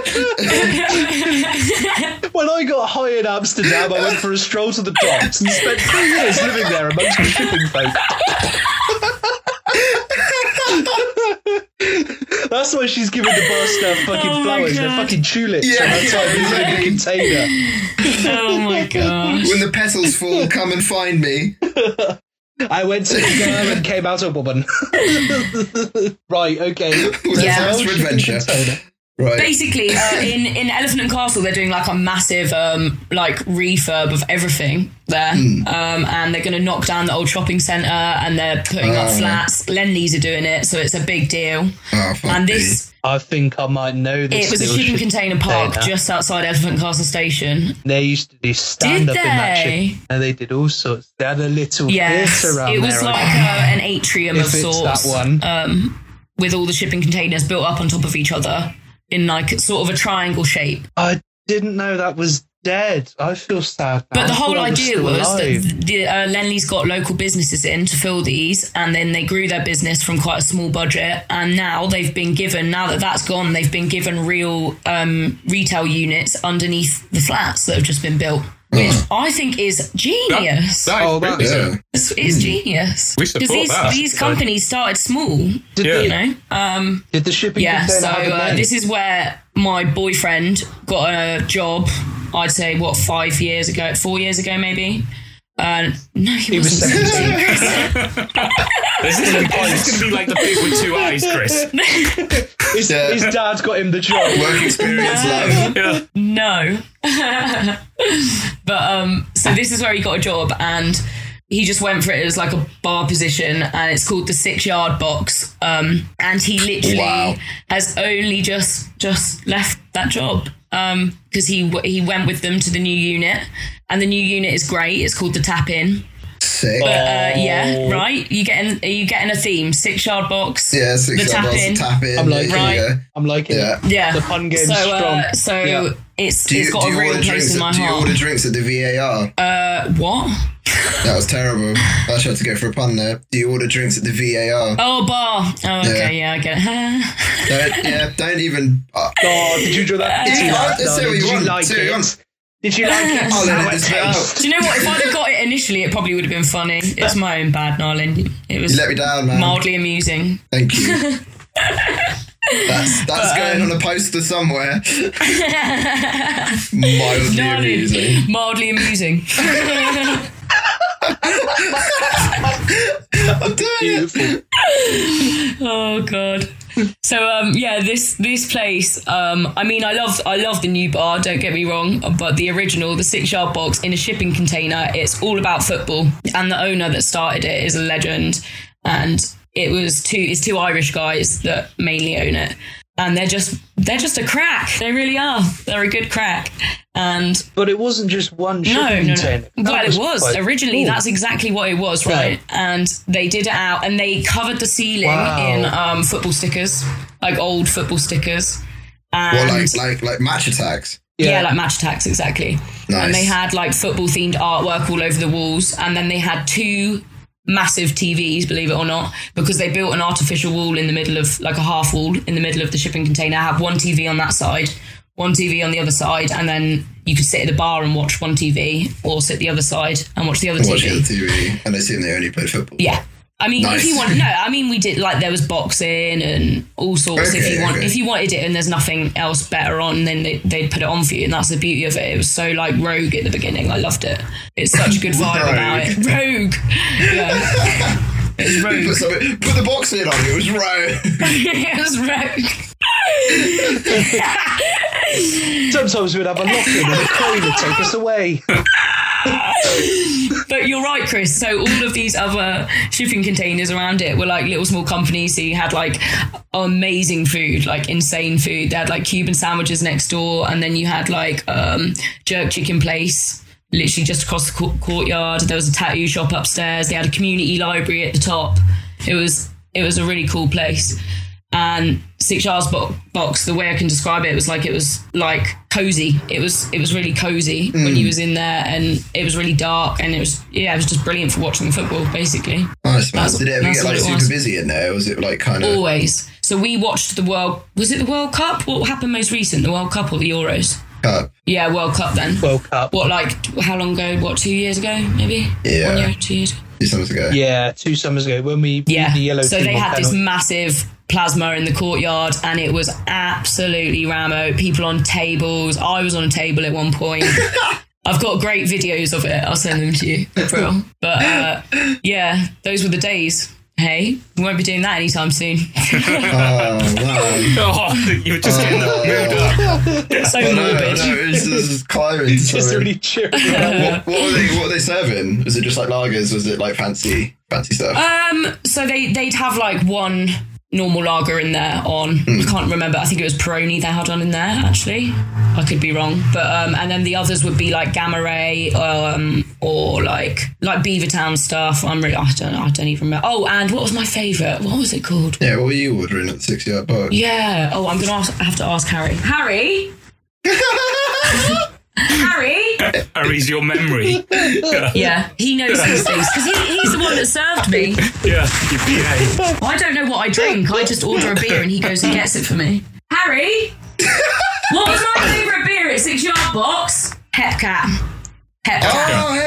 [SPEAKER 1] When I got high in Amsterdam, I went for a stroll to the docks and spent three years living there amongst the shipping folk. That's why she's giving the bar staff fucking
[SPEAKER 2] Oh my
[SPEAKER 1] flowers. They're
[SPEAKER 2] God.
[SPEAKER 1] fucking tulips.
[SPEAKER 4] Yeah.
[SPEAKER 1] And that's why he's in a container.
[SPEAKER 2] <laughs> Oh my gosh.
[SPEAKER 4] When the petals fall, come and find me.
[SPEAKER 1] I went to the girl and came out a woman. <laughs> right, okay.
[SPEAKER 4] Well,
[SPEAKER 2] Yeah.
[SPEAKER 4] that's for adventure.
[SPEAKER 1] Container.
[SPEAKER 4] Right.
[SPEAKER 2] Basically, uh, in in Elephant and Castle, they're doing like a massive um, like refurb of everything there,
[SPEAKER 1] Hmm.
[SPEAKER 2] um, and they're going to knock down the old shopping centre and they're putting up
[SPEAKER 4] Oh.
[SPEAKER 2] flats. Lendlease are doing it, so it's a big deal.
[SPEAKER 4] Oh, fuck
[SPEAKER 2] and
[SPEAKER 4] me.
[SPEAKER 2] this,
[SPEAKER 1] I think I might know this.
[SPEAKER 2] it was a
[SPEAKER 1] little
[SPEAKER 2] shipping
[SPEAKER 1] shit.
[SPEAKER 2] container park
[SPEAKER 1] container.
[SPEAKER 2] just outside Elephant Castle station.
[SPEAKER 1] They used to do stand up in that
[SPEAKER 2] they?
[SPEAKER 1] shit. And they did all sorts. They had a little
[SPEAKER 2] Yes,
[SPEAKER 1] theatre around
[SPEAKER 2] it was
[SPEAKER 1] there.
[SPEAKER 2] like uh, an atrium
[SPEAKER 1] if
[SPEAKER 2] of
[SPEAKER 1] it's
[SPEAKER 2] sorts,
[SPEAKER 1] that one.
[SPEAKER 2] Um, with all the shipping containers built up on top of each other in like sort of a triangle shape.
[SPEAKER 1] I didn't know that was dead. I feel sad. now.
[SPEAKER 2] But the
[SPEAKER 1] I
[SPEAKER 2] whole
[SPEAKER 1] thought I
[SPEAKER 2] idea
[SPEAKER 1] still
[SPEAKER 2] was
[SPEAKER 1] alive.
[SPEAKER 2] that the, uh, Lenley's got local businesses in to fill these, and then they grew their business from quite a small budget. And now they've been given, now that that's gone, they've been given real um, retail units underneath the flats that have just been built, which I think is genius.
[SPEAKER 3] Hmm. That is
[SPEAKER 1] Oh, that-
[SPEAKER 3] brilliant.
[SPEAKER 2] <laughs>
[SPEAKER 4] Yeah.
[SPEAKER 2] It's- it's genius.
[SPEAKER 3] We support
[SPEAKER 2] these,
[SPEAKER 3] that.
[SPEAKER 2] these companies started small,
[SPEAKER 1] did,
[SPEAKER 3] Yeah.
[SPEAKER 1] the,
[SPEAKER 2] you know? Um,
[SPEAKER 1] did the shipping
[SPEAKER 2] yeah, so
[SPEAKER 1] container have a
[SPEAKER 2] uh,
[SPEAKER 1] name?
[SPEAKER 2] this is where my boyfriend got a job. I'd say what five years ago, four years ago, maybe. Uh, no, he,
[SPEAKER 1] was
[SPEAKER 2] wasn't.
[SPEAKER 1] 17.
[SPEAKER 3] This is going to be like the pig with two eyes, Chris.
[SPEAKER 1] his,
[SPEAKER 4] Yeah.
[SPEAKER 1] his dad got him the job.
[SPEAKER 4] Work experience, love.
[SPEAKER 3] Yeah.
[SPEAKER 2] <laughs> no. <laughs> but um, so this is where he got a job, and he just went for it. It was like a bar position, and it's called the six yard box. Um, and he literally
[SPEAKER 4] Wow.
[SPEAKER 2] has only just just left that job. Um, because he w- he went with them to the new unit, and the new unit is great. It's called the Tap In.
[SPEAKER 4] Sick.
[SPEAKER 2] Uh,
[SPEAKER 4] Oh.
[SPEAKER 2] yeah, right. You getting are you getting a theme? Six yard box.
[SPEAKER 4] yeah, six
[SPEAKER 2] the tap in.
[SPEAKER 4] elbows, tap in.
[SPEAKER 1] I'm like,
[SPEAKER 4] yeah,
[SPEAKER 2] right.
[SPEAKER 4] yeah.
[SPEAKER 1] I'm liking
[SPEAKER 4] Yeah.
[SPEAKER 1] it.
[SPEAKER 2] Yeah.
[SPEAKER 1] The pun game's
[SPEAKER 2] so,
[SPEAKER 1] strong.
[SPEAKER 2] Uh, so
[SPEAKER 1] Yeah.
[SPEAKER 2] it's
[SPEAKER 4] Do
[SPEAKER 2] it's
[SPEAKER 4] you,
[SPEAKER 2] got
[SPEAKER 4] do
[SPEAKER 2] a
[SPEAKER 4] you
[SPEAKER 2] real
[SPEAKER 4] order
[SPEAKER 2] place
[SPEAKER 4] drinks?
[SPEAKER 2] in my
[SPEAKER 4] At, do you
[SPEAKER 2] heart. Uh,
[SPEAKER 4] order drinks at the VAR?
[SPEAKER 2] what?
[SPEAKER 4] that was terrible. I tried to go for a pun there. Do you order drinks at the
[SPEAKER 2] <laughs>
[SPEAKER 4] VAR?
[SPEAKER 2] Oh, bar. Oh, okay, yeah, I get it. <laughs>
[SPEAKER 4] Don't, yeah, don't even. Uh,
[SPEAKER 1] oh, did you draw
[SPEAKER 2] Uh,
[SPEAKER 1] that? Did
[SPEAKER 4] Yeah,
[SPEAKER 1] you like
[SPEAKER 4] say
[SPEAKER 1] that?
[SPEAKER 4] what you
[SPEAKER 1] Did you
[SPEAKER 4] want,
[SPEAKER 1] like
[SPEAKER 4] say what you
[SPEAKER 1] it?
[SPEAKER 4] want.
[SPEAKER 1] Did you like
[SPEAKER 2] <laughs>
[SPEAKER 1] it?
[SPEAKER 4] I'll
[SPEAKER 1] How
[SPEAKER 4] edit
[SPEAKER 1] it
[SPEAKER 4] this bit out.
[SPEAKER 1] tastes?
[SPEAKER 2] Do you know what? If I'd have got it initially, it probably would have been funny. It's my own bad, Narlin. It
[SPEAKER 4] You
[SPEAKER 2] was
[SPEAKER 4] let me down, man.
[SPEAKER 2] mildly amusing.
[SPEAKER 4] Thank
[SPEAKER 2] <laughs>
[SPEAKER 4] you. that's that's going
[SPEAKER 2] um,
[SPEAKER 4] on a
[SPEAKER 2] <laughs>
[SPEAKER 4] poster somewhere. Mildly amusing.
[SPEAKER 2] Narlin, mildly amusing.
[SPEAKER 4] I'm doing it.
[SPEAKER 1] Beautiful.
[SPEAKER 2] oh god. So um, yeah, this this place. Um, I mean, I love I love the new bar. Don't get me wrong, but the original, the six yard box in a shipping container. It's all about football, and the owner that started it is a legend. And it was two it's two Irish guys that mainly own it, and they're just they're just a crack. They really are. They're a good crack, and
[SPEAKER 1] But it wasn't just one shipping
[SPEAKER 2] no, no, no.
[SPEAKER 1] container. E That
[SPEAKER 2] Well, it was
[SPEAKER 1] quite
[SPEAKER 2] originally.
[SPEAKER 1] cool.
[SPEAKER 2] That's exactly what it was, right?
[SPEAKER 1] Right.
[SPEAKER 2] And they did it out, and they covered the ceiling
[SPEAKER 1] Wow.
[SPEAKER 2] in um, football stickers, like old football stickers, and
[SPEAKER 4] Or like, like, like match attacks.
[SPEAKER 2] yeah.
[SPEAKER 1] Yeah.
[SPEAKER 2] like match attacks, exactly.
[SPEAKER 4] Nice.
[SPEAKER 2] And they had like football themed artwork all over the walls, and then they had two massive TVs, believe it or not, because they built an artificial wall in the middle of like a half wall in the middle of the shipping container. Have one TV on that side, one TV on the other side, and then you could sit at the bar and watch one TV, or sit the other side and watch the other
[SPEAKER 4] Watching the
[SPEAKER 2] TV.
[SPEAKER 4] TV, and I assume they only play football.
[SPEAKER 2] Yeah. I mean,
[SPEAKER 4] Nice.
[SPEAKER 2] if you want, no, I mean, we did like there was boxing and all sorts. if
[SPEAKER 4] Okay,
[SPEAKER 2] you want,
[SPEAKER 4] okay.
[SPEAKER 2] if you wanted it, and there's nothing else better on, then they, they'd put it on for you, and that's the beauty of it. It was so like rogue at the beginning. I loved it. It's such a good
[SPEAKER 4] <laughs>
[SPEAKER 2] vibe about it. Rogue. <laughs> Yeah. <laughs> It's rogue.
[SPEAKER 4] Put, something, put the box <laughs> in on it. It was right.
[SPEAKER 2] it was rogue.
[SPEAKER 1] Sometimes we'd have a lock in and a coin would take us
[SPEAKER 2] <laughs>
[SPEAKER 1] away.
[SPEAKER 2] but you're right, Chris. So all of these other shipping containers around it were like little small companies who had like amazing food, like insane food. They had like Cuban sandwiches next door, and then you had like um, jerk chicken place. Literally just across the cour- courtyard, there was a tattoo shop upstairs. They had a community library at the top. It was it was a really cool place. And Six Yards bo- Box, the way I can describe it, was like it was like cozy. It was it was really cozy when
[SPEAKER 1] Mm.
[SPEAKER 2] you was in there, and it was really dark, and it was yeah, it was just brilliant for watching football, basically.
[SPEAKER 4] Nice man. Oh, Did it ever
[SPEAKER 2] that's
[SPEAKER 4] get
[SPEAKER 2] what
[SPEAKER 4] like
[SPEAKER 2] it
[SPEAKER 4] super
[SPEAKER 2] was.
[SPEAKER 4] busy in there? Or was it like kind of
[SPEAKER 2] Always. So we watched the World. Was it the World Cup? What happened most recent? The World Cup or the Euros?
[SPEAKER 4] cup?
[SPEAKER 2] Yeah, World Cup then.
[SPEAKER 1] World Cup.
[SPEAKER 2] What like how long ago? What two years ago? Maybe.
[SPEAKER 4] Yeah.
[SPEAKER 2] One year, two years.
[SPEAKER 4] Two summers ago.
[SPEAKER 1] Yeah, two summers ago when we beat
[SPEAKER 2] Yeah.
[SPEAKER 1] the yellow
[SPEAKER 2] so
[SPEAKER 1] team
[SPEAKER 2] they
[SPEAKER 1] on
[SPEAKER 2] had this
[SPEAKER 1] penalty.
[SPEAKER 2] massive plasma in the courtyard and it was absolutely ramo. People on tables. I was on a table at
[SPEAKER 1] <laughs>
[SPEAKER 2] one point. I've got great videos of it. I'll send them to you. April. But uh, yeah, those were the days. Hey, we won't be doing that
[SPEAKER 1] <laughs>
[SPEAKER 2] anytime soon. <laughs>
[SPEAKER 3] <laughs>
[SPEAKER 4] Oh wow.
[SPEAKER 3] Oh, you were just getting
[SPEAKER 4] Oh. <laughs>
[SPEAKER 3] that mood up.
[SPEAKER 2] so
[SPEAKER 4] Oh, no, no,
[SPEAKER 2] morbid.
[SPEAKER 4] it's just climbing.
[SPEAKER 1] Just
[SPEAKER 4] sorry.
[SPEAKER 2] <laughs>
[SPEAKER 1] really cheering.
[SPEAKER 4] what, what were they? What were they serving? Was it just like lagers? Was it like fancy, fancy stuff?
[SPEAKER 2] Um, so they they'd have like one normal lager in there on. I can't remember. I think it was Peroni they had on in there actually. I could be wrong, but um, and then the others would be like Gamma Ray, um, or like like Beaver Town stuff. I'm really I don't I don't even remember. Oh, and what was my favourite? What was it called?
[SPEAKER 4] yeah. What were you ordering at the six-yard box?
[SPEAKER 2] Yeah. Oh, I'm gonna ask, I have to ask Harry. Harry. Harry.
[SPEAKER 3] Harry's your memory.
[SPEAKER 2] Yeah, he knows these things because he, he's the one that served me.
[SPEAKER 3] Yeah, your PA.
[SPEAKER 2] I don't know what I drink. I just order a beer and he goes and gets it for me. Harry, what was my favourite beer at Six Yard Box? Hepcat. Hepcat.
[SPEAKER 4] Oh,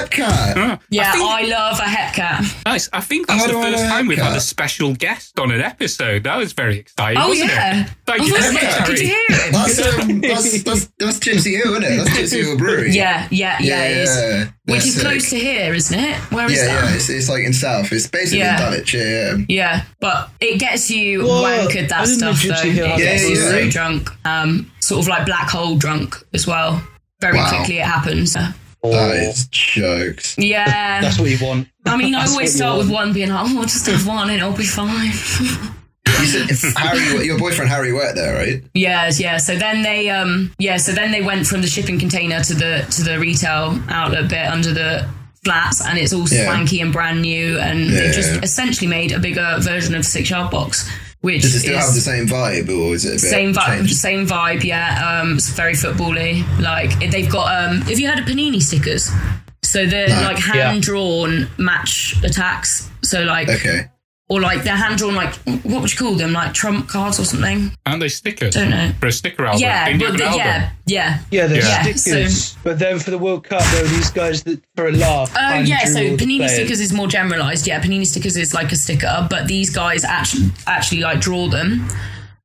[SPEAKER 1] Mm.
[SPEAKER 4] Hepcat.
[SPEAKER 3] Huh.
[SPEAKER 2] yeah, I,
[SPEAKER 3] think-
[SPEAKER 2] love a Hepcat.
[SPEAKER 3] Nice. I think that's
[SPEAKER 4] How
[SPEAKER 3] the
[SPEAKER 4] do I
[SPEAKER 3] first
[SPEAKER 4] know
[SPEAKER 3] time we've had a
[SPEAKER 4] that?
[SPEAKER 3] special guest on an episode. That was very exciting,
[SPEAKER 2] Oh,
[SPEAKER 3] wasn't
[SPEAKER 2] yeah.
[SPEAKER 3] it? Thank
[SPEAKER 2] Oh,
[SPEAKER 3] you
[SPEAKER 2] was
[SPEAKER 3] so much,
[SPEAKER 2] it? Did you
[SPEAKER 3] Harry.
[SPEAKER 2] hear it?
[SPEAKER 1] <laughs>
[SPEAKER 4] That's, um, that's that's that's Gypsy Hill, isn't it? That's Gypsy Hill Brewery.
[SPEAKER 2] Yeah, yeah, yeah, it is.
[SPEAKER 4] yeah.
[SPEAKER 2] Which
[SPEAKER 4] that's
[SPEAKER 2] is
[SPEAKER 4] sick.
[SPEAKER 2] close to here, isn't it? Where is
[SPEAKER 4] Yeah, yeah.
[SPEAKER 2] that?
[SPEAKER 4] It's, it's like in South. It's basically
[SPEAKER 2] Yeah.
[SPEAKER 4] in Dulwich. Yeah, yeah.
[SPEAKER 2] Yeah, but it gets you
[SPEAKER 1] Whoa,
[SPEAKER 2] wankered
[SPEAKER 1] I
[SPEAKER 2] that
[SPEAKER 1] didn't know
[SPEAKER 2] stuff though.
[SPEAKER 1] Gypsy Hill
[SPEAKER 2] It
[SPEAKER 1] had
[SPEAKER 2] gets
[SPEAKER 4] that.
[SPEAKER 2] you
[SPEAKER 4] Yeah,
[SPEAKER 2] so
[SPEAKER 4] yeah.
[SPEAKER 2] drunk, um, sort of like black hole drunk as well. Very
[SPEAKER 4] Wow.
[SPEAKER 2] quickly it happens.
[SPEAKER 4] That is jokes.
[SPEAKER 2] Yeah,
[SPEAKER 1] That's what you want.
[SPEAKER 2] I mean,
[SPEAKER 4] <laughs>
[SPEAKER 2] I
[SPEAKER 1] That's
[SPEAKER 2] always
[SPEAKER 1] what you
[SPEAKER 2] start with one being like, oh, I'll just have one and it'll be fine. <laughs>
[SPEAKER 4] You said Harry, your boyfriend Harry worked there, right?
[SPEAKER 2] yes, yeah. So then they, um, yeah, so then they went from the shipping container to the to the retail outlet bit under the flats, and it's all
[SPEAKER 4] Yeah.
[SPEAKER 2] swanky and brand new, and
[SPEAKER 4] Yeah.
[SPEAKER 2] they've just essentially made a bigger version of Six Yard Box, which
[SPEAKER 4] Does it still have the
[SPEAKER 2] is.
[SPEAKER 4] same vibe, or is it a bit
[SPEAKER 2] Same vibe,
[SPEAKER 4] changed?
[SPEAKER 2] same vibe, yeah. Um, it's very footbally. Like it- they've got. Um, have you heard of panini stickers? So they're
[SPEAKER 4] No.
[SPEAKER 2] like
[SPEAKER 1] Yeah.
[SPEAKER 2] hand drawn match attacks. So like
[SPEAKER 4] Okay.
[SPEAKER 2] or like they're hand drawn, like what would you call them, like trump cards or something?
[SPEAKER 3] Aren't they stickers?
[SPEAKER 2] Don't know.
[SPEAKER 3] For a sticker album.
[SPEAKER 2] yeah,
[SPEAKER 3] Didn't you
[SPEAKER 2] but the,
[SPEAKER 3] have an
[SPEAKER 2] yeah, yeah.
[SPEAKER 1] Yeah, they're
[SPEAKER 3] Yeah.
[SPEAKER 1] stickers. But then for the World Cup, there were these guys that for a laugh.
[SPEAKER 2] Uh,
[SPEAKER 1] hand
[SPEAKER 2] yeah, so
[SPEAKER 1] drew all the
[SPEAKER 2] panini
[SPEAKER 1] players.
[SPEAKER 2] stickers is more generalized. Yeah, panini stickers is like a sticker, but these guys actually actually like draw them,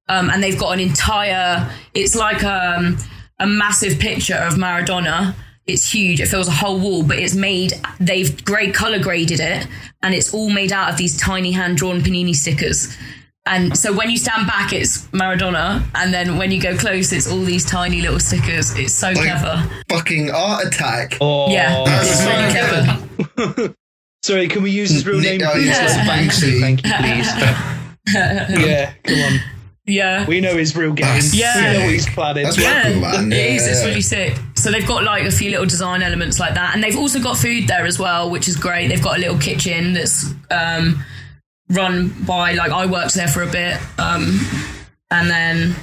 [SPEAKER 2] um, and they've got an entire. It's like um, a massive picture of Maradona. It's huge. It fills a whole wall, but it's made. They've grey color graded it, and it's all made out of these tiny hand drawn panini stickers. And so when you stand back, it's Maradona, and then when you go close, it's all these tiny little stickers. It's so clever.
[SPEAKER 4] Fucking art attack.
[SPEAKER 1] Oh,
[SPEAKER 2] Yeah, it's so
[SPEAKER 4] so
[SPEAKER 2] clever.
[SPEAKER 1] Sorry, can we use his real
[SPEAKER 4] Nick-
[SPEAKER 1] name?
[SPEAKER 4] oh,
[SPEAKER 1] please?
[SPEAKER 4] yes, it's Banksy.
[SPEAKER 1] Thank you, please.
[SPEAKER 2] <laughs>
[SPEAKER 1] yeah, come on.
[SPEAKER 2] Yeah.
[SPEAKER 1] We know his real game.
[SPEAKER 4] That's
[SPEAKER 2] Yeah.
[SPEAKER 1] We know what he's
[SPEAKER 4] sick.
[SPEAKER 1] planning.
[SPEAKER 4] That's what-
[SPEAKER 2] Yeah,
[SPEAKER 4] Cool, man.
[SPEAKER 2] it is. It's
[SPEAKER 4] Yeah.
[SPEAKER 2] really sick. So they've got like a few little design elements like that, and they've also got food there as well, which is great. They've got a little kitchen that's um, run by like I worked there for a bit, um, and then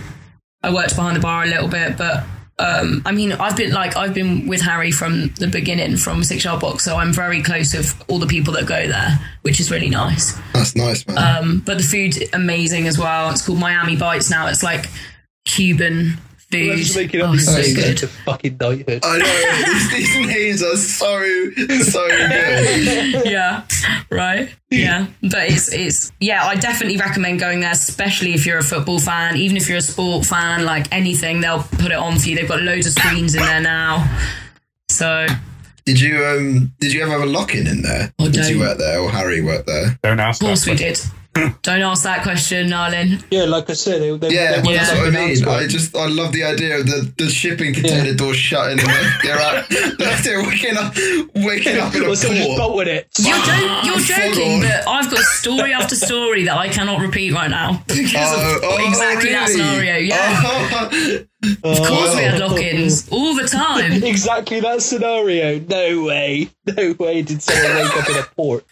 [SPEAKER 2] I worked behind the bar a little bit. But um, I mean, I've been like I've been with Harry from the beginning, from Six Yard Box, so I'm very close with all the people that go there, which is really nice.
[SPEAKER 4] That's nice, man.
[SPEAKER 2] Um, but the food amazing as well. It's called Miami Bites now. It's like Cuban
[SPEAKER 1] Let's
[SPEAKER 2] food.
[SPEAKER 1] just make it up
[SPEAKER 2] Oh,
[SPEAKER 1] these
[SPEAKER 2] so
[SPEAKER 1] names <laughs>
[SPEAKER 2] good.
[SPEAKER 1] into fucking knighthood.
[SPEAKER 2] <laughs>
[SPEAKER 4] I know these, these names are so so good.
[SPEAKER 2] yeah, right. Yeah, but it's it's yeah. I definitely recommend going there, especially if you're a football fan, even if you're a sport fan, like anything, they'll put it on for you. They've got loads of screens in there now. So
[SPEAKER 4] Did you um? Did you ever have a lock in in there?
[SPEAKER 2] Oh,
[SPEAKER 4] did
[SPEAKER 2] no.
[SPEAKER 4] you work there or Harry work there?
[SPEAKER 3] Don't ask
[SPEAKER 2] of course
[SPEAKER 3] that.
[SPEAKER 2] we did. Don't ask that question, Narlin.
[SPEAKER 1] Yeah, like I said, they, they,
[SPEAKER 4] Yeah,
[SPEAKER 1] they went
[SPEAKER 4] that's
[SPEAKER 1] up
[SPEAKER 4] what I
[SPEAKER 1] and
[SPEAKER 4] mean.
[SPEAKER 1] down,
[SPEAKER 4] I just I love the idea of the, the shipping container door shutting and they're- they're out <laughs> they're waking up waking <laughs> up in a
[SPEAKER 1] Or someone just
[SPEAKER 4] pool.
[SPEAKER 1] bolted it.
[SPEAKER 2] You're, jo- you're
[SPEAKER 4] Fuck
[SPEAKER 2] joking,
[SPEAKER 4] off.
[SPEAKER 2] but I've got story after story that I cannot repeat right now because
[SPEAKER 4] Oh,
[SPEAKER 2] of
[SPEAKER 4] oh,
[SPEAKER 2] exactly that
[SPEAKER 4] really?
[SPEAKER 2] scenario. Yeah,
[SPEAKER 4] Oh.
[SPEAKER 2] of course we had
[SPEAKER 4] wow.
[SPEAKER 2] lock-ins all the time.
[SPEAKER 1] Exactly that scenario. No way. No way did someone wake up in a port.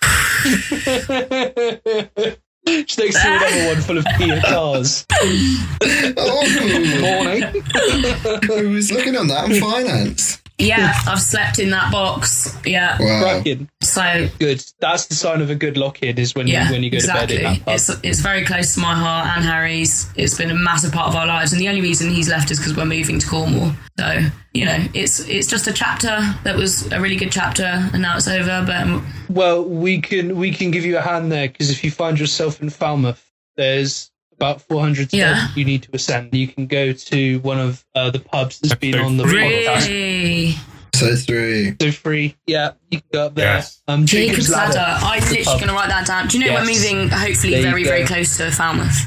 [SPEAKER 1] Just next to another one full of Kia cars. eh?
[SPEAKER 4] Oh,
[SPEAKER 1] Morning.
[SPEAKER 4] who was looking on that in finance?
[SPEAKER 2] Yeah, I've slept in that box. Yeah,
[SPEAKER 4] Wow.
[SPEAKER 1] Cracking.
[SPEAKER 2] so
[SPEAKER 1] Good. That's the sign of a good lock-in is when
[SPEAKER 2] yeah,
[SPEAKER 1] you, when you go
[SPEAKER 2] exactly.
[SPEAKER 1] to bed in that pub.
[SPEAKER 2] it's it's very close to my heart and Harry's. It's been a massive part of our lives, and the only reason he's left is because we're moving to Cornwall. So you know, it's it's just a chapter that was a really good chapter, and now it's over. But um,
[SPEAKER 1] Well, we can we can give you a hand there because if you find yourself in Falmouth, there's about 400 steps
[SPEAKER 2] Yeah.
[SPEAKER 1] you need to ascend. You can go to one of uh, the pubs that's been
[SPEAKER 3] Episode
[SPEAKER 1] on the
[SPEAKER 3] three.
[SPEAKER 1] podcast.
[SPEAKER 2] really.
[SPEAKER 4] So three.
[SPEAKER 1] So free, yeah, you can go up there.
[SPEAKER 3] Yes.
[SPEAKER 1] Um,
[SPEAKER 2] Jacob's Ladder. I'm
[SPEAKER 1] It's the
[SPEAKER 2] literally
[SPEAKER 1] pub.
[SPEAKER 2] going to write that down. Do you know we're
[SPEAKER 1] Yes.
[SPEAKER 2] moving, hopefully,
[SPEAKER 1] There you
[SPEAKER 2] very, very
[SPEAKER 1] go.
[SPEAKER 2] close to Falmouth.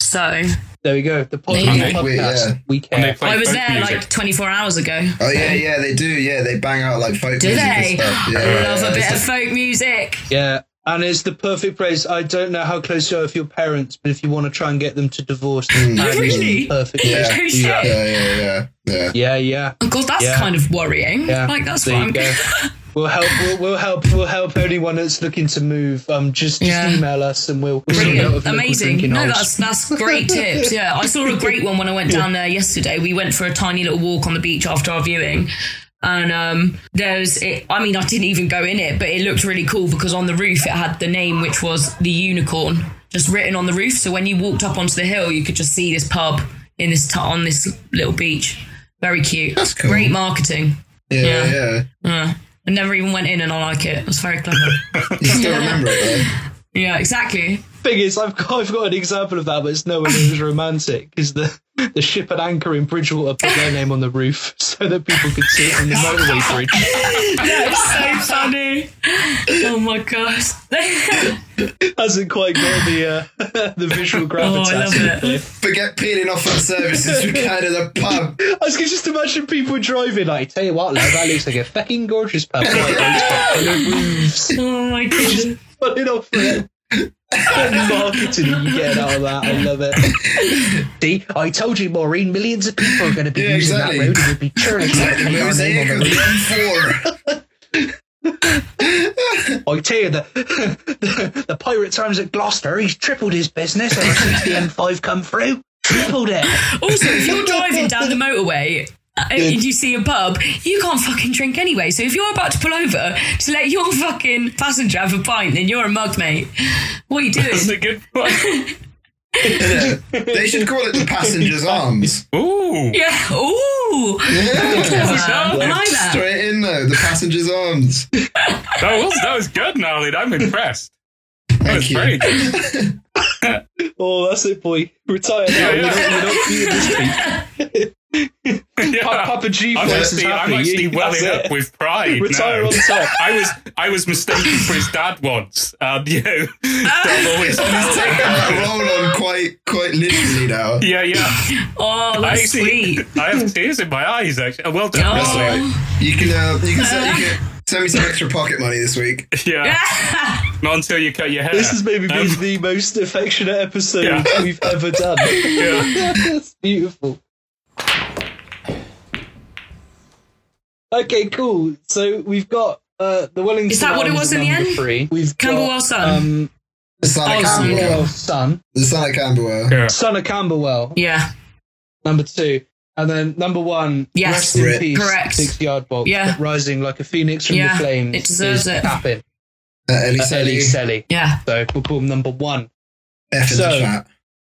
[SPEAKER 2] So
[SPEAKER 1] There we go. The pod-
[SPEAKER 2] There you
[SPEAKER 1] the
[SPEAKER 4] go.
[SPEAKER 1] podcast.
[SPEAKER 4] Yeah.
[SPEAKER 1] We
[SPEAKER 3] And they
[SPEAKER 1] care.
[SPEAKER 3] play
[SPEAKER 2] I was
[SPEAKER 3] folk
[SPEAKER 2] there
[SPEAKER 3] music.
[SPEAKER 2] like 24 hours ago.
[SPEAKER 4] Oh yeah, yeah, they do. Yeah, they bang out like folk
[SPEAKER 2] Do
[SPEAKER 4] music
[SPEAKER 2] they? <gasps>
[SPEAKER 4] and stuff. Yeah,
[SPEAKER 2] I love
[SPEAKER 4] yeah,
[SPEAKER 2] a bit
[SPEAKER 4] it's
[SPEAKER 2] of folk music.
[SPEAKER 1] Yeah. And it's the perfect place. I don't know how close you are with your parents, but if you want to try and get them to divorce,
[SPEAKER 3] Hmm.
[SPEAKER 1] Paris is
[SPEAKER 2] Really?
[SPEAKER 1] the perfect place
[SPEAKER 4] Yeah.
[SPEAKER 1] to do
[SPEAKER 4] like-
[SPEAKER 1] that.
[SPEAKER 4] yeah, yeah, yeah, yeah.
[SPEAKER 1] Yeah, yeah.
[SPEAKER 2] Oh, God, that's
[SPEAKER 1] Yeah.
[SPEAKER 2] kind of worrying.
[SPEAKER 1] Yeah,
[SPEAKER 2] Like, that's
[SPEAKER 1] there you
[SPEAKER 2] <laughs> fun.
[SPEAKER 1] go. <laughs> We'll help. We'll, we'll help. We'll help anyone that's looking to move. Um, just, just
[SPEAKER 2] Yeah.
[SPEAKER 1] email us and we'll. we'll sort out
[SPEAKER 2] Brilliant.
[SPEAKER 1] of local
[SPEAKER 2] Amazing.
[SPEAKER 1] drinking
[SPEAKER 2] No,
[SPEAKER 1] holes.
[SPEAKER 2] that's that's great tips. Yeah. I saw a great one when I went down there yesterday. We went for a tiny little walk on the beach after our viewing. And um, there's, it, I mean, I didn't even go in it, but it looked really cool because on the roof it had the name, which was the unicorn, just written on the roof. So when you walked up onto the hill, you could just see this pub in this t- on this little beach. Very cute.
[SPEAKER 4] That's cool.
[SPEAKER 2] Great marketing.
[SPEAKER 4] Yeah,
[SPEAKER 2] Yeah.
[SPEAKER 4] yeah, yeah.
[SPEAKER 2] Yeah. I never even went in, and I like it. It was very clever.
[SPEAKER 4] You still remember it though.
[SPEAKER 2] yeah, exactly.
[SPEAKER 1] thing is, I've got, I've got an example of that, but it's nowhere near as romantic because the, the ship at anchor in Bridgewater put their name on the roof <laughs> so that people could see it
[SPEAKER 2] <laughs>
[SPEAKER 1] from the motorway bridge.
[SPEAKER 2] That's so funny. Oh my gosh.
[SPEAKER 1] Hasn't quite got the uh, <laughs> the visual
[SPEAKER 2] oh,
[SPEAKER 1] gravitas.
[SPEAKER 2] I love it.
[SPEAKER 4] Forget peeling off our services. We go to the pub.
[SPEAKER 1] I was gonna just imagine people driving. Like, tell you what, lad, that looks like a fucking gorgeous pub. Like, those fucking roofs.
[SPEAKER 2] <laughs> Oh my gosh.
[SPEAKER 1] Putting off it. What marketing are you getting out of that? I love it. See, I told you, Maureen, millions of people are going to be
[SPEAKER 4] Yeah,
[SPEAKER 1] using
[SPEAKER 4] exactly.
[SPEAKER 1] that road. It would be churlish to
[SPEAKER 4] The
[SPEAKER 1] paint our name
[SPEAKER 4] mosaic
[SPEAKER 1] on
[SPEAKER 4] of
[SPEAKER 1] the
[SPEAKER 4] the
[SPEAKER 1] roof.
[SPEAKER 4] M4.
[SPEAKER 1] I tell you, the, <laughs> the, the pirate times at Gloucester, he's tripled his business ever since the M5 come through. Tripled it.
[SPEAKER 2] Also, if you're driving down the motorway uh, and you see a pub, you can't fucking drink anyway. So if you're about to pull over to let your fucking passenger have a pint, then you're a mug, mate. What are you doing?
[SPEAKER 3] That's
[SPEAKER 4] <laughs>
[SPEAKER 3] a good one.
[SPEAKER 2] <laughs>
[SPEAKER 4] They should call it the passenger's arms.
[SPEAKER 3] Ooh.
[SPEAKER 2] yeah. Ooh.
[SPEAKER 4] Yeah.
[SPEAKER 2] I like that.
[SPEAKER 4] Straight in though, the passenger's
[SPEAKER 2] <laughs>
[SPEAKER 4] arms.
[SPEAKER 3] That was that was good, Nolly. I'm impressed. That was
[SPEAKER 4] Thank
[SPEAKER 3] very
[SPEAKER 4] you.
[SPEAKER 3] good.
[SPEAKER 1] Oh, that's it, boy. Retire now.
[SPEAKER 3] Yeah, yeah.
[SPEAKER 1] You're not, you're not this week.
[SPEAKER 3] Yeah.
[SPEAKER 1] Papa G
[SPEAKER 3] I'm
[SPEAKER 1] voice is
[SPEAKER 3] actually, I'm
[SPEAKER 1] happy.
[SPEAKER 3] actually
[SPEAKER 1] That's
[SPEAKER 3] welling
[SPEAKER 1] it.
[SPEAKER 3] up with pride.
[SPEAKER 1] Retire
[SPEAKER 3] now.
[SPEAKER 1] on
[SPEAKER 3] <laughs>
[SPEAKER 1] top.
[SPEAKER 3] I was I was mistaken for his dad once. Um, <laughs> you know, so
[SPEAKER 2] Ah.
[SPEAKER 3] I've
[SPEAKER 2] <laughs>
[SPEAKER 3] always felt
[SPEAKER 4] Taking that roll on quite quite literally now.
[SPEAKER 3] Yeah, yeah.
[SPEAKER 2] Oh,
[SPEAKER 3] I
[SPEAKER 2] that's
[SPEAKER 3] actually,
[SPEAKER 2] sweet.
[SPEAKER 3] I have tears in my eyes. Actually, well done.
[SPEAKER 2] Oh.
[SPEAKER 4] <laughs>
[SPEAKER 3] Leslie.
[SPEAKER 4] You can uh, you can,
[SPEAKER 2] <laughs>
[SPEAKER 4] send, you can send me some extra pocket money this week.
[SPEAKER 3] Yeah, not until you cut your hair.
[SPEAKER 1] This has maybe been
[SPEAKER 3] Um,
[SPEAKER 1] the most affectionate episode
[SPEAKER 3] Yeah.
[SPEAKER 1] we've ever
[SPEAKER 3] <laughs>
[SPEAKER 1] done.
[SPEAKER 4] <laughs>
[SPEAKER 3] yeah.
[SPEAKER 1] That's beautiful. Okay, cool. So we've got uh, the Wellington.
[SPEAKER 2] Is that what it
[SPEAKER 1] Arms
[SPEAKER 2] was in the
[SPEAKER 1] number
[SPEAKER 2] end?
[SPEAKER 1] Three. We've
[SPEAKER 2] Camberwell
[SPEAKER 1] got,
[SPEAKER 2] Sun?
[SPEAKER 1] Um,
[SPEAKER 4] The son of
[SPEAKER 2] Oh, son.
[SPEAKER 1] Camberwell
[SPEAKER 4] Camberwell.
[SPEAKER 1] Sun.
[SPEAKER 4] The son of Camberwell.
[SPEAKER 3] Yeah. <laughs>
[SPEAKER 1] Son of Camberwell,
[SPEAKER 2] Yeah.
[SPEAKER 1] number two. And then number one, rest
[SPEAKER 2] Yes.
[SPEAKER 1] in
[SPEAKER 4] Correct.
[SPEAKER 1] peace,
[SPEAKER 2] Correct.
[SPEAKER 1] six yard box,
[SPEAKER 2] Yeah.
[SPEAKER 1] rising like a phoenix from
[SPEAKER 2] Yeah,
[SPEAKER 1] the flames.
[SPEAKER 2] it deserves
[SPEAKER 1] is
[SPEAKER 2] it.
[SPEAKER 1] Tapping,
[SPEAKER 4] Uh, Ellie
[SPEAKER 1] uh,
[SPEAKER 4] Selly.
[SPEAKER 1] Ellie Selly.
[SPEAKER 2] Yeah.
[SPEAKER 1] So we'll call him number one.
[SPEAKER 4] F in
[SPEAKER 1] So-
[SPEAKER 4] the chat.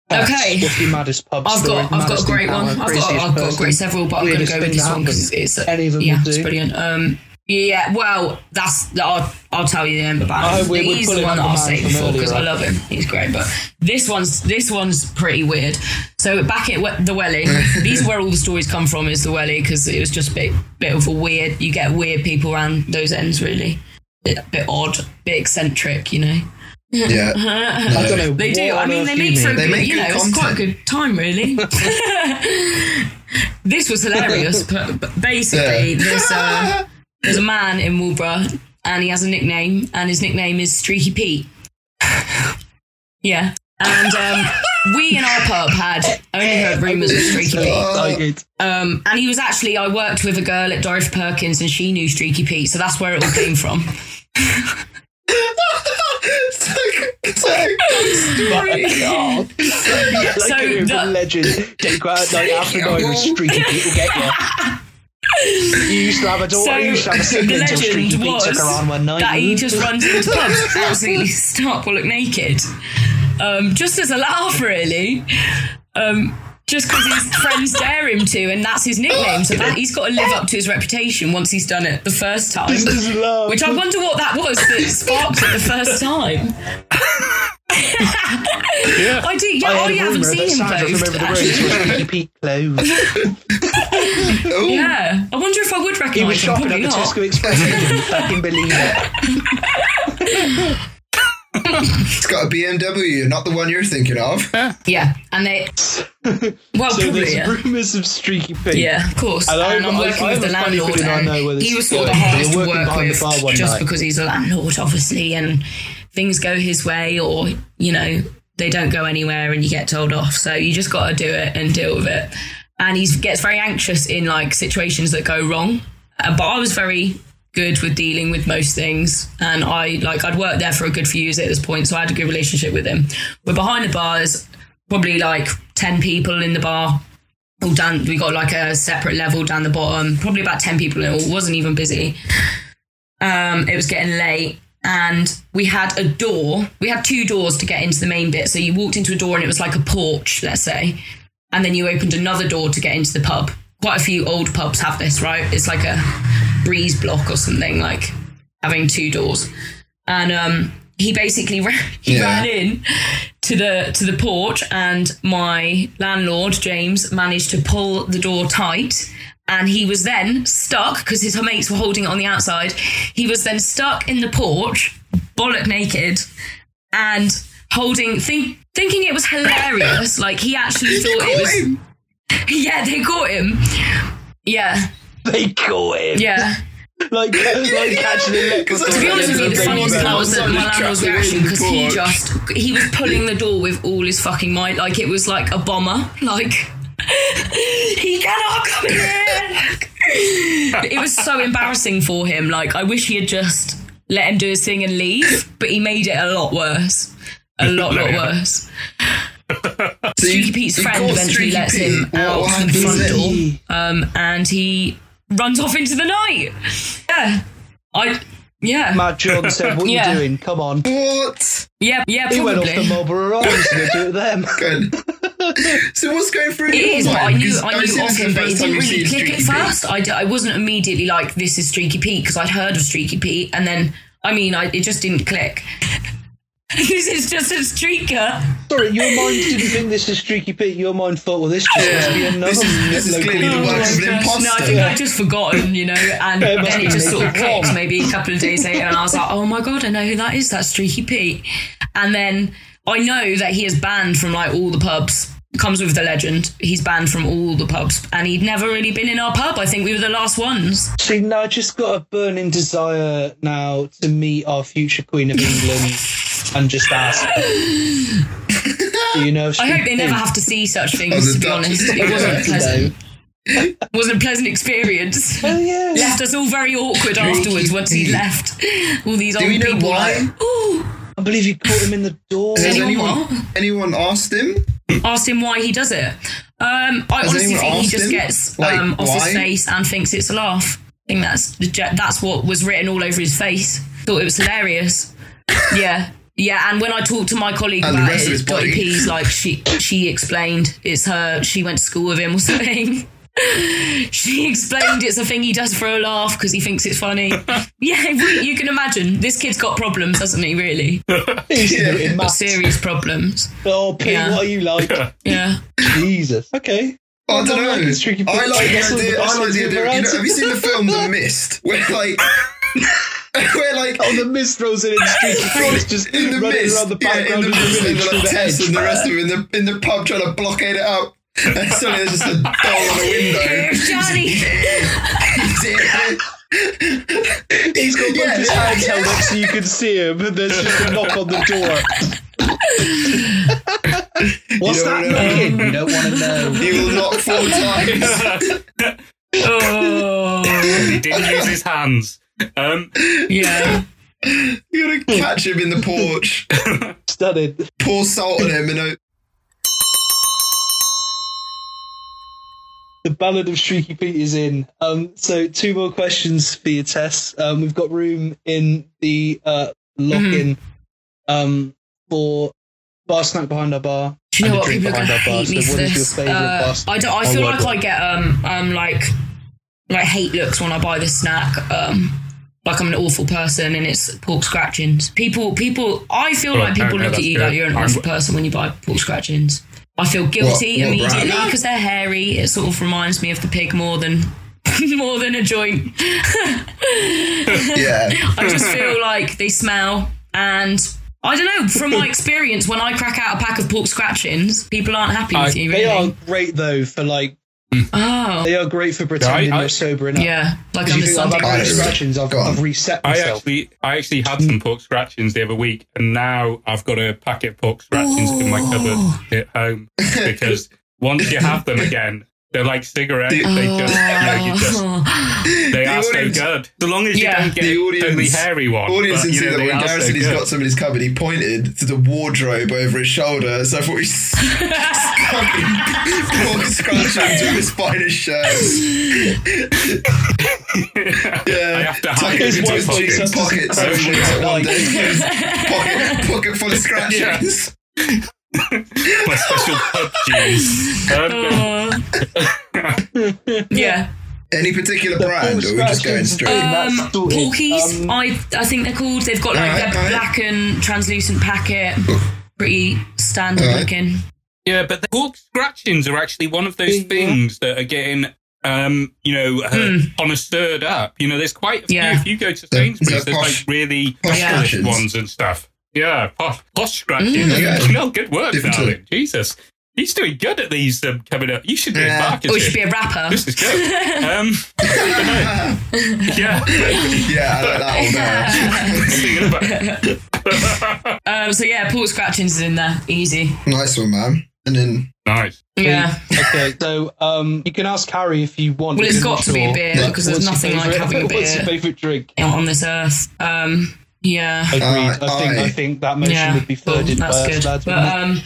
[SPEAKER 1] That's
[SPEAKER 2] Okay.
[SPEAKER 1] What's your maddest pub
[SPEAKER 2] I've
[SPEAKER 1] story?
[SPEAKER 2] got, I've got a
[SPEAKER 1] Maddest
[SPEAKER 2] great one.
[SPEAKER 1] encounter,
[SPEAKER 2] I've got,
[SPEAKER 1] craziest
[SPEAKER 2] I've got
[SPEAKER 1] person?
[SPEAKER 2] great several, but I'm going to
[SPEAKER 1] Weirdest
[SPEAKER 2] go with
[SPEAKER 1] thing
[SPEAKER 2] this
[SPEAKER 1] that
[SPEAKER 2] one because it's
[SPEAKER 1] Any of them
[SPEAKER 2] yeah,
[SPEAKER 1] would
[SPEAKER 2] it's
[SPEAKER 1] do.
[SPEAKER 2] brilliant. Um, yeah, well, that's that I'll, I'll tell you then
[SPEAKER 1] I
[SPEAKER 2] about him.
[SPEAKER 1] hope we- we're
[SPEAKER 2] He's the
[SPEAKER 1] pulling
[SPEAKER 2] one
[SPEAKER 1] up
[SPEAKER 2] that
[SPEAKER 1] the
[SPEAKER 2] I'll
[SPEAKER 1] man
[SPEAKER 2] say
[SPEAKER 1] from
[SPEAKER 2] before because I
[SPEAKER 1] earlier.
[SPEAKER 2] love him. He's great, but this one's this one's pretty weird. So back at we-
[SPEAKER 1] <laughs>
[SPEAKER 2] the welly, these are where all the stories come from. Is the welly because it was just a bit bit of a weird. You get weird people around those ends, really. Bit, bit odd, bit eccentric, you know.
[SPEAKER 4] Yeah.
[SPEAKER 2] Uh-huh.
[SPEAKER 4] <laughs>
[SPEAKER 1] I don't know.
[SPEAKER 2] They do.
[SPEAKER 1] what
[SPEAKER 2] I
[SPEAKER 1] on
[SPEAKER 2] mean,
[SPEAKER 1] earth
[SPEAKER 2] they
[SPEAKER 1] you
[SPEAKER 2] make for a
[SPEAKER 1] mean.
[SPEAKER 2] <laughs>
[SPEAKER 4] They
[SPEAKER 2] good,
[SPEAKER 4] make
[SPEAKER 2] you know,
[SPEAKER 4] good
[SPEAKER 2] it's quite a
[SPEAKER 4] content.
[SPEAKER 2] good time,
[SPEAKER 1] <laughs>
[SPEAKER 2] really. this was
[SPEAKER 4] <laughs>
[SPEAKER 2] hilarious, but, but basically, there's, uh, there's a man in Woolborough, and he has a nickname, and his nickname is Streaky Pete. yeah, and um, we in our pub had only heard rumours of Streaky Pete. <laughs>
[SPEAKER 1] Excited.
[SPEAKER 2] Um, and he was actually, I worked with a girl at Dorothy Perkins and she knew Streaky Pete, so that's where it all came from.
[SPEAKER 4] It's like- it's like-
[SPEAKER 2] <laughs>
[SPEAKER 1] Like
[SPEAKER 2] So
[SPEAKER 1] an urban
[SPEAKER 2] the-
[SPEAKER 1] legend. Don't go out
[SPEAKER 2] <laughs>
[SPEAKER 1] night after night and streaky people get you. You used to have a daughter,
[SPEAKER 2] So,
[SPEAKER 1] you used to have a sibling
[SPEAKER 2] the
[SPEAKER 1] until
[SPEAKER 2] legend
[SPEAKER 1] streaky Pete took
[SPEAKER 2] was
[SPEAKER 1] her on one night.
[SPEAKER 2] that
[SPEAKER 1] <laughs>
[SPEAKER 2] he just runs into pubs absolutely stark-wallet naked. Um, just as a laugh, really. Um, just because his friends dare him to, and that's his nickname. So that, he's got to live up to his reputation once he's done it the first time.
[SPEAKER 1] is love.
[SPEAKER 2] Which I wonder what that was that sparked it the first
[SPEAKER 1] <laughs>
[SPEAKER 2] time.
[SPEAKER 3] Yeah.
[SPEAKER 2] I do. Yeah,
[SPEAKER 1] I
[SPEAKER 2] oh,
[SPEAKER 1] had a
[SPEAKER 2] you haven't
[SPEAKER 1] rumour that
[SPEAKER 2] seen him
[SPEAKER 1] Sandra from
[SPEAKER 2] clothed.
[SPEAKER 1] Over the Road
[SPEAKER 2] actually.
[SPEAKER 1] was Streaky Pete clothes.
[SPEAKER 2] <laughs>
[SPEAKER 4] Ooh,
[SPEAKER 2] Yeah, I wonder if I would
[SPEAKER 1] He was
[SPEAKER 2] recognise him.
[SPEAKER 1] shopping at
[SPEAKER 2] Probably
[SPEAKER 1] the
[SPEAKER 2] not.
[SPEAKER 1] Tesco Express. I couldn't fucking believe it.
[SPEAKER 4] It's got a BMW, not the one you're thinking of.
[SPEAKER 2] Yeah,
[SPEAKER 1] <laughs>
[SPEAKER 2] and they. Well,
[SPEAKER 1] So
[SPEAKER 2] probably.
[SPEAKER 1] there's
[SPEAKER 2] Yeah.
[SPEAKER 1] rumours of Streaky Pete.
[SPEAKER 2] Yeah, of course.
[SPEAKER 1] And
[SPEAKER 2] And,
[SPEAKER 1] I'm-
[SPEAKER 2] I'm,
[SPEAKER 1] I-
[SPEAKER 2] working
[SPEAKER 1] I have
[SPEAKER 2] with the
[SPEAKER 1] a funny
[SPEAKER 2] landlord.
[SPEAKER 1] feeling I know where
[SPEAKER 2] And
[SPEAKER 1] this
[SPEAKER 2] he
[SPEAKER 1] is
[SPEAKER 2] was sort of the
[SPEAKER 1] going. They were
[SPEAKER 2] hardest to
[SPEAKER 1] working
[SPEAKER 2] work
[SPEAKER 1] behind the
[SPEAKER 2] with
[SPEAKER 1] bar one
[SPEAKER 2] just
[SPEAKER 1] night.
[SPEAKER 2] because he's a landlord, obviously, and things go his way or, you know, they don't go anywhere and you get told off. So you just got to do it and deal with it. And he gets very anxious in like situations that go wrong. Uh, but I was very good with dealing with most things and I like I'd worked there for a good few years at this point so I had a good relationship with him. We're behind the bars, probably like 10 people in the bar all down we got like a separate level down the bottom probably about 10 people in all it wasn't even busy um it was getting late and we had a door we had two doors to get into the main bit so you walked into a door and it was like a porch let's say and then you opened another door to get into the pub quite a few old pubs have this right it's like a breeze block or something like having two doors and um he basically ran, <laughs> he
[SPEAKER 4] Yeah.
[SPEAKER 2] ran in to the to the porch and my landlord James managed to pull the door tight and he was then stuck because his mates were holding it on the outside he was then stuck in the porch bollock naked and holding think, thinking it was hilarious like he actually thought it was
[SPEAKER 4] Wait,
[SPEAKER 2] <laughs> yeah they caught him yeah
[SPEAKER 1] They caught him.
[SPEAKER 2] yeah
[SPEAKER 1] Like, uh,
[SPEAKER 2] <laughs>
[SPEAKER 1] like catching an electrical
[SPEAKER 4] Because to
[SPEAKER 2] to be honest with you,
[SPEAKER 1] current
[SPEAKER 2] the
[SPEAKER 1] in
[SPEAKER 2] funniest
[SPEAKER 1] brain.
[SPEAKER 2] part was that my
[SPEAKER 4] Trapped
[SPEAKER 2] landlord's
[SPEAKER 4] in
[SPEAKER 2] reaction
[SPEAKER 4] the
[SPEAKER 2] because he
[SPEAKER 4] porch.
[SPEAKER 2] just he was pulling the door with all his fucking might, like it was like a bomber, <laughs> like he cannot come in. it was so embarrassing for him. Like I wish he had just let him do his thing and leave, but he made it a lot worse. A lot, lot worse. Streaky Pete's
[SPEAKER 4] you
[SPEAKER 2] friend
[SPEAKER 4] caught
[SPEAKER 2] eventually
[SPEAKER 4] Streaky
[SPEAKER 2] lets
[SPEAKER 4] Pete?
[SPEAKER 2] him
[SPEAKER 4] What-
[SPEAKER 2] out
[SPEAKER 4] what
[SPEAKER 2] from the
[SPEAKER 4] happens
[SPEAKER 2] front
[SPEAKER 4] then?
[SPEAKER 2] door um, and he runs off into the night. Yeah, I. Yeah,
[SPEAKER 1] Mad John said, "What
[SPEAKER 2] Yeah.
[SPEAKER 1] you doing? Come on."
[SPEAKER 4] What?
[SPEAKER 2] yeah, yeah.
[SPEAKER 1] He went off
[SPEAKER 2] Probably.
[SPEAKER 1] the Marlboro Arms. We'll do it them. <laughs>
[SPEAKER 2] <laughs>
[SPEAKER 4] Good. So what's going through
[SPEAKER 2] It
[SPEAKER 4] your
[SPEAKER 2] is.
[SPEAKER 4] mind?
[SPEAKER 2] but I knew,
[SPEAKER 4] Because
[SPEAKER 2] I knew of
[SPEAKER 4] see Oh this
[SPEAKER 2] him,
[SPEAKER 4] the
[SPEAKER 2] but it
[SPEAKER 4] first time
[SPEAKER 2] didn't
[SPEAKER 4] you've
[SPEAKER 2] really click
[SPEAKER 4] seen Streaky
[SPEAKER 2] at first. I, d- I wasn't immediately like, "This is Streaky Pete" because I'd heard of Streaky Pete, and then I mean, I, it just didn't click. <laughs> this is just a streaker.
[SPEAKER 1] Sorry, your mind didn't think this is Streaky Pete. Your mind thought, "Well, this just must be another
[SPEAKER 4] This is- this is
[SPEAKER 1] local
[SPEAKER 4] clearly the
[SPEAKER 1] hero.
[SPEAKER 4] work of an imposter.
[SPEAKER 2] Oh No, I think I'd just forgotten, you know,
[SPEAKER 4] <laughs>
[SPEAKER 2] and
[SPEAKER 1] Yeah, it must
[SPEAKER 2] then it
[SPEAKER 1] be
[SPEAKER 2] just sort of
[SPEAKER 1] amazing.
[SPEAKER 2] clicked maybe a couple of days later, and I was like, oh my god, I know who that is. That's Streaky Pete. And then I know that he is banned from like all the pubs. Comes with the legend. He's banned from all the pubs, and he'd never really been in our pub. I think we were the last ones.
[SPEAKER 1] See, now I just got a burning desire now to meet our future Queen of England and just ask. her, Do you know? if
[SPEAKER 2] <laughs> I hope they
[SPEAKER 1] Streaky
[SPEAKER 2] never
[SPEAKER 1] Pete?"
[SPEAKER 2] have to see such
[SPEAKER 4] Oh, the
[SPEAKER 2] things. To be
[SPEAKER 4] Dutch.
[SPEAKER 2] honest, it wasn't
[SPEAKER 1] You know.
[SPEAKER 2] pleasant. wasn't a pleasant
[SPEAKER 4] <laughs>
[SPEAKER 2] experience.
[SPEAKER 1] Oh yeah.
[SPEAKER 2] left us all very awkward afterwards once he
[SPEAKER 4] Pete.
[SPEAKER 2] left. All these old
[SPEAKER 4] we know
[SPEAKER 2] people.
[SPEAKER 4] why?
[SPEAKER 2] Like, Ooh,
[SPEAKER 1] I believe you caught him in the
[SPEAKER 2] <laughs>
[SPEAKER 1] door.
[SPEAKER 4] Has
[SPEAKER 2] Anyone
[SPEAKER 4] anyone, anyone asked him?
[SPEAKER 2] asked him why he does it. Um, I honestly think
[SPEAKER 4] anyone
[SPEAKER 2] he
[SPEAKER 4] asked
[SPEAKER 2] just
[SPEAKER 4] him,
[SPEAKER 2] gets
[SPEAKER 4] like,
[SPEAKER 2] um, off
[SPEAKER 4] why?
[SPEAKER 2] his face and thinks it's a laugh. I think that's the ge- that's what was written all over his face. Thought it was hilarious. yeah, yeah. And when I talked to my colleague
[SPEAKER 4] And the
[SPEAKER 2] about
[SPEAKER 4] rest of his
[SPEAKER 2] it, Dottie
[SPEAKER 4] body.
[SPEAKER 2] P's like she she explained it's her. She went to school with him or something. <laughs> she explained it's a thing he does for a laugh because he thinks it's
[SPEAKER 4] <laughs>
[SPEAKER 2] funny. yeah, we- you can imagine this kid's got problems, doesn't he? Really,
[SPEAKER 1] He's doing
[SPEAKER 2] got
[SPEAKER 1] maths.
[SPEAKER 2] serious problems.
[SPEAKER 1] Oh, Pete,
[SPEAKER 2] Yeah.
[SPEAKER 1] what are you like?
[SPEAKER 2] Yeah.
[SPEAKER 1] Jesus. Okay.
[SPEAKER 4] I don't
[SPEAKER 1] Well,
[SPEAKER 4] know.
[SPEAKER 1] it's tricky, but
[SPEAKER 4] I like the
[SPEAKER 1] that's all the
[SPEAKER 4] idea.
[SPEAKER 1] best
[SPEAKER 4] I like
[SPEAKER 1] things
[SPEAKER 4] the
[SPEAKER 1] we've
[SPEAKER 4] idea.
[SPEAKER 1] <laughs> ever
[SPEAKER 4] You know,
[SPEAKER 1] had.
[SPEAKER 4] have you seen the film The Mist? <laughs> Where like We're like
[SPEAKER 1] on the mistrals and in the streets of Florence, just
[SPEAKER 4] <laughs> in the
[SPEAKER 1] running
[SPEAKER 4] mist,
[SPEAKER 1] around Oh, the
[SPEAKER 4] yeah, in
[SPEAKER 1] background
[SPEAKER 4] the
[SPEAKER 1] of
[SPEAKER 4] mist,
[SPEAKER 1] the
[SPEAKER 4] and
[SPEAKER 1] village
[SPEAKER 4] they're
[SPEAKER 1] through
[SPEAKER 4] like
[SPEAKER 1] the
[SPEAKER 4] Tess
[SPEAKER 1] hedge.
[SPEAKER 4] and the rest of them in the in the pub trying to blockade it up. <laughs> And suddenly there's just a doll on a window.
[SPEAKER 2] Johnny.
[SPEAKER 1] <laughs> He's got both
[SPEAKER 4] Yeah,
[SPEAKER 1] his
[SPEAKER 4] yeah,
[SPEAKER 1] hands held up so you can see him, and there's just a knock on the door. What's
[SPEAKER 4] You don't
[SPEAKER 1] that
[SPEAKER 4] wanna know.
[SPEAKER 1] knocking? You don't want to know. <laughs>
[SPEAKER 4] He will knock four times.
[SPEAKER 2] oh,
[SPEAKER 3] He didn't use his hands. Um,
[SPEAKER 2] yeah.
[SPEAKER 4] You're gonna catch him in the porch.
[SPEAKER 1] Stunning.
[SPEAKER 4] Pour salt on him and uh,
[SPEAKER 1] the Ballad of Shrieky Pete is in. Um, so two more questions for you, Tess. Um, we've got room in the uh, lock-in um, for bar snack behind our bar.
[SPEAKER 2] Do you know
[SPEAKER 1] and a
[SPEAKER 2] what
[SPEAKER 1] drink
[SPEAKER 2] people are gonna
[SPEAKER 1] behind our bar.
[SPEAKER 2] hate me
[SPEAKER 1] So
[SPEAKER 2] for
[SPEAKER 1] what is your
[SPEAKER 2] this?
[SPEAKER 1] favourite
[SPEAKER 2] Uh,
[SPEAKER 1] bar snack?
[SPEAKER 2] I, don't, I
[SPEAKER 1] Oh,
[SPEAKER 2] feel
[SPEAKER 1] well
[SPEAKER 2] like I
[SPEAKER 1] done.
[SPEAKER 2] get um um like like hate looks when I buy this snack. Um, like I'm an awful person, and it's pork scratchings. People, people, I feel
[SPEAKER 3] Well,
[SPEAKER 2] like people look
[SPEAKER 3] apparently
[SPEAKER 2] at
[SPEAKER 3] that's
[SPEAKER 2] you
[SPEAKER 3] good.
[SPEAKER 2] like you're an
[SPEAKER 3] I'm-
[SPEAKER 2] awful person when you buy pork scratchings. I feel guilty
[SPEAKER 4] What- what brand?
[SPEAKER 2] immediately because they're hairy. It sort of reminds me of the pig more than <laughs> more than a joint.
[SPEAKER 4] yeah.
[SPEAKER 2] I just feel like they smell and I don't know. From my experience, when I crack out a pack of pork scratchings, people aren't happy with you. Really.
[SPEAKER 1] They are great though for like
[SPEAKER 2] oh,
[SPEAKER 1] they are great for pretending
[SPEAKER 3] I-
[SPEAKER 1] you're sober enough.
[SPEAKER 2] yeah. Like
[SPEAKER 1] 'Cause
[SPEAKER 2] on
[SPEAKER 1] you
[SPEAKER 2] the
[SPEAKER 1] think I've
[SPEAKER 2] Sunday.
[SPEAKER 1] had my
[SPEAKER 4] Sunday.
[SPEAKER 1] distractions, I've,
[SPEAKER 4] Go on.
[SPEAKER 1] I've reset
[SPEAKER 3] I
[SPEAKER 1] myself.
[SPEAKER 3] actually, I actually had some pork scratchings the other week, and now I've got a packet of pork scratchings in my cupboard at home because once you have them again, they're like cigarettes. They just, you know, you just
[SPEAKER 2] <laughs>
[SPEAKER 3] They
[SPEAKER 4] The
[SPEAKER 3] are
[SPEAKER 4] audience-
[SPEAKER 3] so good. So long as you
[SPEAKER 2] Oh. Yeah.
[SPEAKER 3] don't get
[SPEAKER 4] The
[SPEAKER 3] the
[SPEAKER 4] audience-
[SPEAKER 3] only hairy one.
[SPEAKER 4] Audience
[SPEAKER 3] but,
[SPEAKER 4] can
[SPEAKER 3] you
[SPEAKER 4] see
[SPEAKER 3] know,
[SPEAKER 4] that
[SPEAKER 3] they
[SPEAKER 4] when
[SPEAKER 3] are so
[SPEAKER 4] Garrison he's
[SPEAKER 3] good.
[SPEAKER 4] got somebody's cupboard, he pointed to the wardrobe over his shoulder, so I thought he's
[SPEAKER 3] <laughs>
[SPEAKER 4] fucking pork scratchings with his
[SPEAKER 3] <laughs>
[SPEAKER 4] spider shirt.
[SPEAKER 3] I
[SPEAKER 4] Yeah.
[SPEAKER 3] have to
[SPEAKER 4] Tuck
[SPEAKER 3] hide
[SPEAKER 4] it
[SPEAKER 1] His
[SPEAKER 3] it in
[SPEAKER 4] into
[SPEAKER 1] wife
[SPEAKER 3] my
[SPEAKER 4] his
[SPEAKER 1] takes
[SPEAKER 3] pocket.
[SPEAKER 1] up-
[SPEAKER 4] jeans pocket so
[SPEAKER 3] Hopefully
[SPEAKER 4] he
[SPEAKER 1] it's
[SPEAKER 4] one
[SPEAKER 1] like-
[SPEAKER 4] day. Pocket,
[SPEAKER 3] <laughs>
[SPEAKER 4] pocket full of scratchings.
[SPEAKER 2] <laughs>
[SPEAKER 3] My special pub jeans.
[SPEAKER 2] Oh.
[SPEAKER 3] Um,
[SPEAKER 2] <laughs> yeah.
[SPEAKER 4] Any particular
[SPEAKER 1] The
[SPEAKER 4] brand,
[SPEAKER 1] full
[SPEAKER 4] or we're just going
[SPEAKER 1] scratchings
[SPEAKER 4] straight?
[SPEAKER 1] and that's
[SPEAKER 2] Um,
[SPEAKER 1] sorted.
[SPEAKER 2] Porkies,
[SPEAKER 1] Um,
[SPEAKER 2] I I think they're called. They've got like
[SPEAKER 4] Alright,
[SPEAKER 2] a
[SPEAKER 4] alright.
[SPEAKER 2] black and translucent packet, pretty standard
[SPEAKER 4] Alright.
[SPEAKER 2] looking.
[SPEAKER 3] yeah, but the pork scratchings are actually one of those
[SPEAKER 1] Yeah.
[SPEAKER 3] things that are getting, um, you know, uh, connoisseured up. You know, there's quite a few.
[SPEAKER 2] Hmm. Yeah.
[SPEAKER 3] If you go to Sainsbury's,
[SPEAKER 4] the
[SPEAKER 3] there's like
[SPEAKER 4] posh-
[SPEAKER 3] really
[SPEAKER 4] posh
[SPEAKER 2] Yeah.
[SPEAKER 3] posh
[SPEAKER 4] scratchings?
[SPEAKER 3] ones and stuff. Yeah, posh, posh scratchings.
[SPEAKER 4] Mm.
[SPEAKER 3] Yeah.
[SPEAKER 4] Okay.
[SPEAKER 3] No, good work,
[SPEAKER 4] Different to-
[SPEAKER 3] darling. Jesus. He's doing good at these um, coming up. You should be
[SPEAKER 4] Yeah.
[SPEAKER 3] a
[SPEAKER 2] Or
[SPEAKER 3] marketer.
[SPEAKER 2] Oh, it should be a rapper.
[SPEAKER 3] This
[SPEAKER 2] <laughs>
[SPEAKER 3] is good. Um, <laughs>
[SPEAKER 4] <laughs> yeah,
[SPEAKER 3] yeah. <laughs>
[SPEAKER 4] I like that one there.
[SPEAKER 3] Thinking about-
[SPEAKER 2] <laughs> um, so yeah, pork scratchings is in there. Easy.
[SPEAKER 4] Nice one, man. And then
[SPEAKER 3] nice.
[SPEAKER 2] Yeah.
[SPEAKER 1] okay, so um, you can ask Harry if you want.
[SPEAKER 2] Well,
[SPEAKER 1] if
[SPEAKER 2] it's
[SPEAKER 1] you're
[SPEAKER 2] got
[SPEAKER 1] not
[SPEAKER 2] to be a
[SPEAKER 1] sure.
[SPEAKER 2] beer because
[SPEAKER 1] What's
[SPEAKER 2] there's
[SPEAKER 1] your
[SPEAKER 2] nothing like
[SPEAKER 1] favourite-
[SPEAKER 2] having
[SPEAKER 1] <laughs>
[SPEAKER 2] a
[SPEAKER 1] What's your
[SPEAKER 2] beer
[SPEAKER 1] favourite drink?
[SPEAKER 2] on this earth. Um, yeah.
[SPEAKER 4] Uh,
[SPEAKER 1] Agreed. I think
[SPEAKER 4] aye.
[SPEAKER 1] I think that motion
[SPEAKER 2] yeah.
[SPEAKER 1] would be
[SPEAKER 2] Well,
[SPEAKER 1] thirded by us, lads,
[SPEAKER 2] But
[SPEAKER 1] wouldn't it?
[SPEAKER 2] um,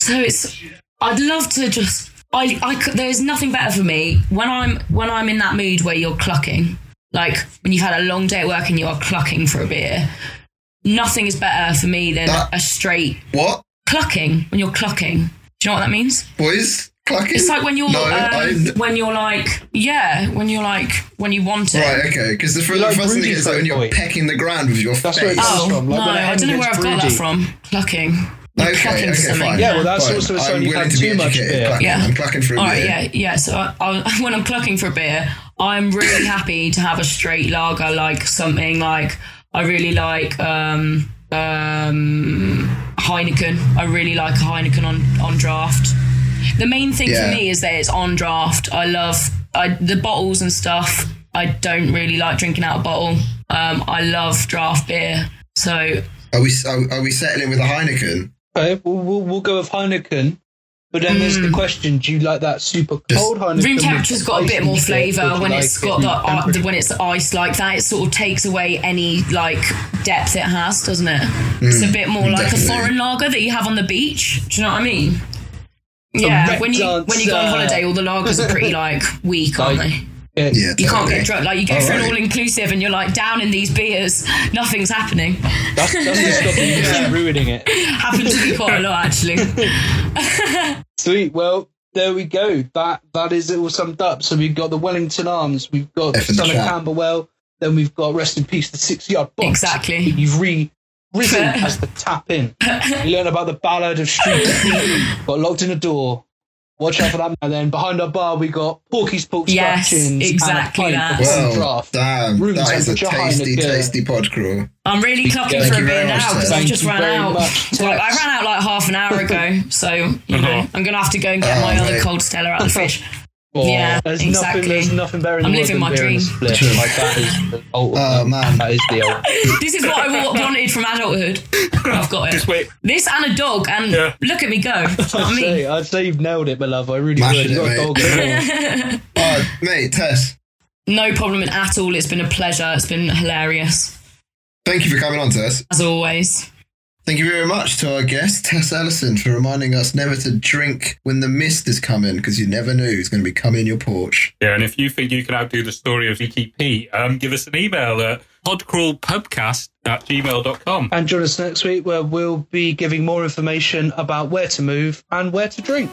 [SPEAKER 2] so it's. I'd love to just. I, I c- there's nothing better for me when I'm when I'm in that mood where you're clucking, like when you've had a long day at work and you are clucking for a beer. Nothing is better for me than
[SPEAKER 4] That-
[SPEAKER 2] a straight
[SPEAKER 4] what,
[SPEAKER 2] clucking when you're clucking. Do you know what that means?
[SPEAKER 4] boys? Clucking?
[SPEAKER 2] It's like when you're
[SPEAKER 4] No,
[SPEAKER 2] um,
[SPEAKER 4] I'm-
[SPEAKER 2] when you're like yeah when you're like when you want it.
[SPEAKER 4] Right, okay, because the first
[SPEAKER 1] like
[SPEAKER 4] first thing
[SPEAKER 1] Broody
[SPEAKER 4] is that when you're
[SPEAKER 1] Boy.
[SPEAKER 4] pecking the ground with your
[SPEAKER 1] That's where
[SPEAKER 4] face.
[SPEAKER 1] it comes
[SPEAKER 2] Oh
[SPEAKER 1] from, like
[SPEAKER 2] no,
[SPEAKER 1] when a
[SPEAKER 2] I
[SPEAKER 1] hen
[SPEAKER 2] don't know where
[SPEAKER 1] gets
[SPEAKER 2] I've got that
[SPEAKER 1] broody.
[SPEAKER 2] from. Clucking. You're
[SPEAKER 4] Okay,
[SPEAKER 2] clucking
[SPEAKER 4] okay,
[SPEAKER 2] for something.
[SPEAKER 4] fine.
[SPEAKER 1] Yeah, well, that's
[SPEAKER 4] Fine.
[SPEAKER 1] also a sign
[SPEAKER 4] I'm
[SPEAKER 1] you've
[SPEAKER 4] willing
[SPEAKER 1] had
[SPEAKER 4] to be
[SPEAKER 1] too much
[SPEAKER 4] educated.
[SPEAKER 1] beer.
[SPEAKER 4] Clucking.
[SPEAKER 2] Yeah.
[SPEAKER 4] I'm clucking for a
[SPEAKER 2] All right,
[SPEAKER 4] beer.
[SPEAKER 2] yeah, yeah. So I, I, <laughs> when I'm clucking for a beer, I'm really happy to have a straight lager, like something like I really like um, um, Heineken. I really like a Heineken on on draft. The main thing
[SPEAKER 4] Yeah.
[SPEAKER 2] for me is that it's on draft. I love I, the bottles and stuff. I don't really like drinking out of bottle. Um, I love draft beer. So
[SPEAKER 4] Are we are, are we settling with a Heineken?
[SPEAKER 1] Okay, we'll, we'll, we'll go with Heineken. But then there's the question: Do you like that super
[SPEAKER 4] Just-
[SPEAKER 1] cold Heineken?
[SPEAKER 2] Hmm. room
[SPEAKER 1] with
[SPEAKER 2] temperature's got a bit more
[SPEAKER 1] ice in it, or do
[SPEAKER 2] flavour
[SPEAKER 1] you
[SPEAKER 2] when
[SPEAKER 1] like
[SPEAKER 2] it's
[SPEAKER 1] it
[SPEAKER 2] got
[SPEAKER 1] room
[SPEAKER 2] the, uh,
[SPEAKER 1] temperature?
[SPEAKER 2] the when it's ice like that. It sort of takes away any like depth it has, doesn't it? it's
[SPEAKER 1] Mm,
[SPEAKER 2] a bit more like
[SPEAKER 4] definitely.
[SPEAKER 2] a foreign lager that you have on the beach. Do you know what I mean? Yeah,
[SPEAKER 1] red
[SPEAKER 2] when you when you go on
[SPEAKER 1] dancer.
[SPEAKER 2] holiday, all the lagers are pretty like weak, aren't
[SPEAKER 1] Like-
[SPEAKER 2] they?
[SPEAKER 1] Yeah.
[SPEAKER 4] Yeah,
[SPEAKER 2] You can't
[SPEAKER 4] totally.
[SPEAKER 2] get drunk. Like you go for an
[SPEAKER 4] Alright.
[SPEAKER 2] all inclusive, and you're like down in these beers. Nothing's happening.
[SPEAKER 1] that's, that's the stuff you just
[SPEAKER 2] <laughs>
[SPEAKER 1] keep ruining it.
[SPEAKER 2] Happens to be quite a lot actually.
[SPEAKER 1] Sweet. Well, there we go. That that is it all summed up. So we've got the Wellington Arms, we've got
[SPEAKER 4] F in the
[SPEAKER 1] Son of
[SPEAKER 4] chat.
[SPEAKER 1] Camberwell, then we've got Rest in Peace, the Six Yard Box.
[SPEAKER 2] Exactly.
[SPEAKER 1] that You've re
[SPEAKER 2] <laughs>
[SPEAKER 1] risen
[SPEAKER 2] <laughs>
[SPEAKER 1] as the tap in. You learn about the ballad of Street Feet, got locked in a door, Watch out for that man. Then behind our bar, we got Porky's pork
[SPEAKER 2] Yes,
[SPEAKER 1] scratchings and a
[SPEAKER 2] exactly
[SPEAKER 1] pint
[SPEAKER 2] that.
[SPEAKER 1] of
[SPEAKER 4] Well,
[SPEAKER 1] draft.
[SPEAKER 4] damn,
[SPEAKER 1] Room
[SPEAKER 4] that is a
[SPEAKER 1] temperature high in the
[SPEAKER 4] tasty,
[SPEAKER 1] beer.
[SPEAKER 4] tasty pod crawl.
[SPEAKER 2] I'm really clucking
[SPEAKER 4] Thank
[SPEAKER 2] for a
[SPEAKER 4] you
[SPEAKER 2] beer
[SPEAKER 4] very much,
[SPEAKER 2] now because
[SPEAKER 4] Tess.
[SPEAKER 2] I've just
[SPEAKER 1] Thank you
[SPEAKER 2] ran
[SPEAKER 1] very
[SPEAKER 2] out.
[SPEAKER 1] much, Tess.
[SPEAKER 2] Like I ran out like half an hour ago, so you know
[SPEAKER 3] Uh-huh.
[SPEAKER 2] I'm gonna have to go and get
[SPEAKER 4] Oh,
[SPEAKER 2] my other
[SPEAKER 4] mate.
[SPEAKER 2] cold Stella out of the
[SPEAKER 4] <laughs>
[SPEAKER 2] fridge.
[SPEAKER 1] Oh,
[SPEAKER 2] Yeah,
[SPEAKER 1] there's
[SPEAKER 2] exactly.
[SPEAKER 1] nothing. There's nothing better in
[SPEAKER 2] I'm
[SPEAKER 1] the world
[SPEAKER 2] living
[SPEAKER 1] than
[SPEAKER 2] my
[SPEAKER 1] beer and a
[SPEAKER 2] dream.
[SPEAKER 1] split.
[SPEAKER 4] True.
[SPEAKER 1] Like that is the ultimate.
[SPEAKER 4] Oh man,
[SPEAKER 1] that is the ultimate.
[SPEAKER 2] This is what I wa- wanted from adulthood. I've got
[SPEAKER 3] Just
[SPEAKER 2] it.
[SPEAKER 3] wait.
[SPEAKER 2] This and a dog, and
[SPEAKER 3] Yeah.
[SPEAKER 2] look at me go. I
[SPEAKER 1] I'd
[SPEAKER 2] mean,
[SPEAKER 1] say, I'd say you've nailed it, my love. I really
[SPEAKER 4] Mashing
[SPEAKER 1] would. You
[SPEAKER 4] it,
[SPEAKER 1] got a
[SPEAKER 4] mate.
[SPEAKER 1] dog as well.
[SPEAKER 2] <laughs>
[SPEAKER 4] oh, mate, Tess,
[SPEAKER 2] no problem at all. It's been a pleasure. It's been hilarious
[SPEAKER 4] thank you for coming on, Tess.
[SPEAKER 2] as always.
[SPEAKER 4] Thank you very much to our guest, Tess Ellison, for reminding us never to drink when the mist is coming, because you never know who's going to be coming your porch.
[SPEAKER 3] Yeah, and if you think you can outdo the story of Vicky P, um, give us an email at podcrawlpubcast at gmail.com.
[SPEAKER 1] And join us next week where we'll be giving more information about where to move and where to drink.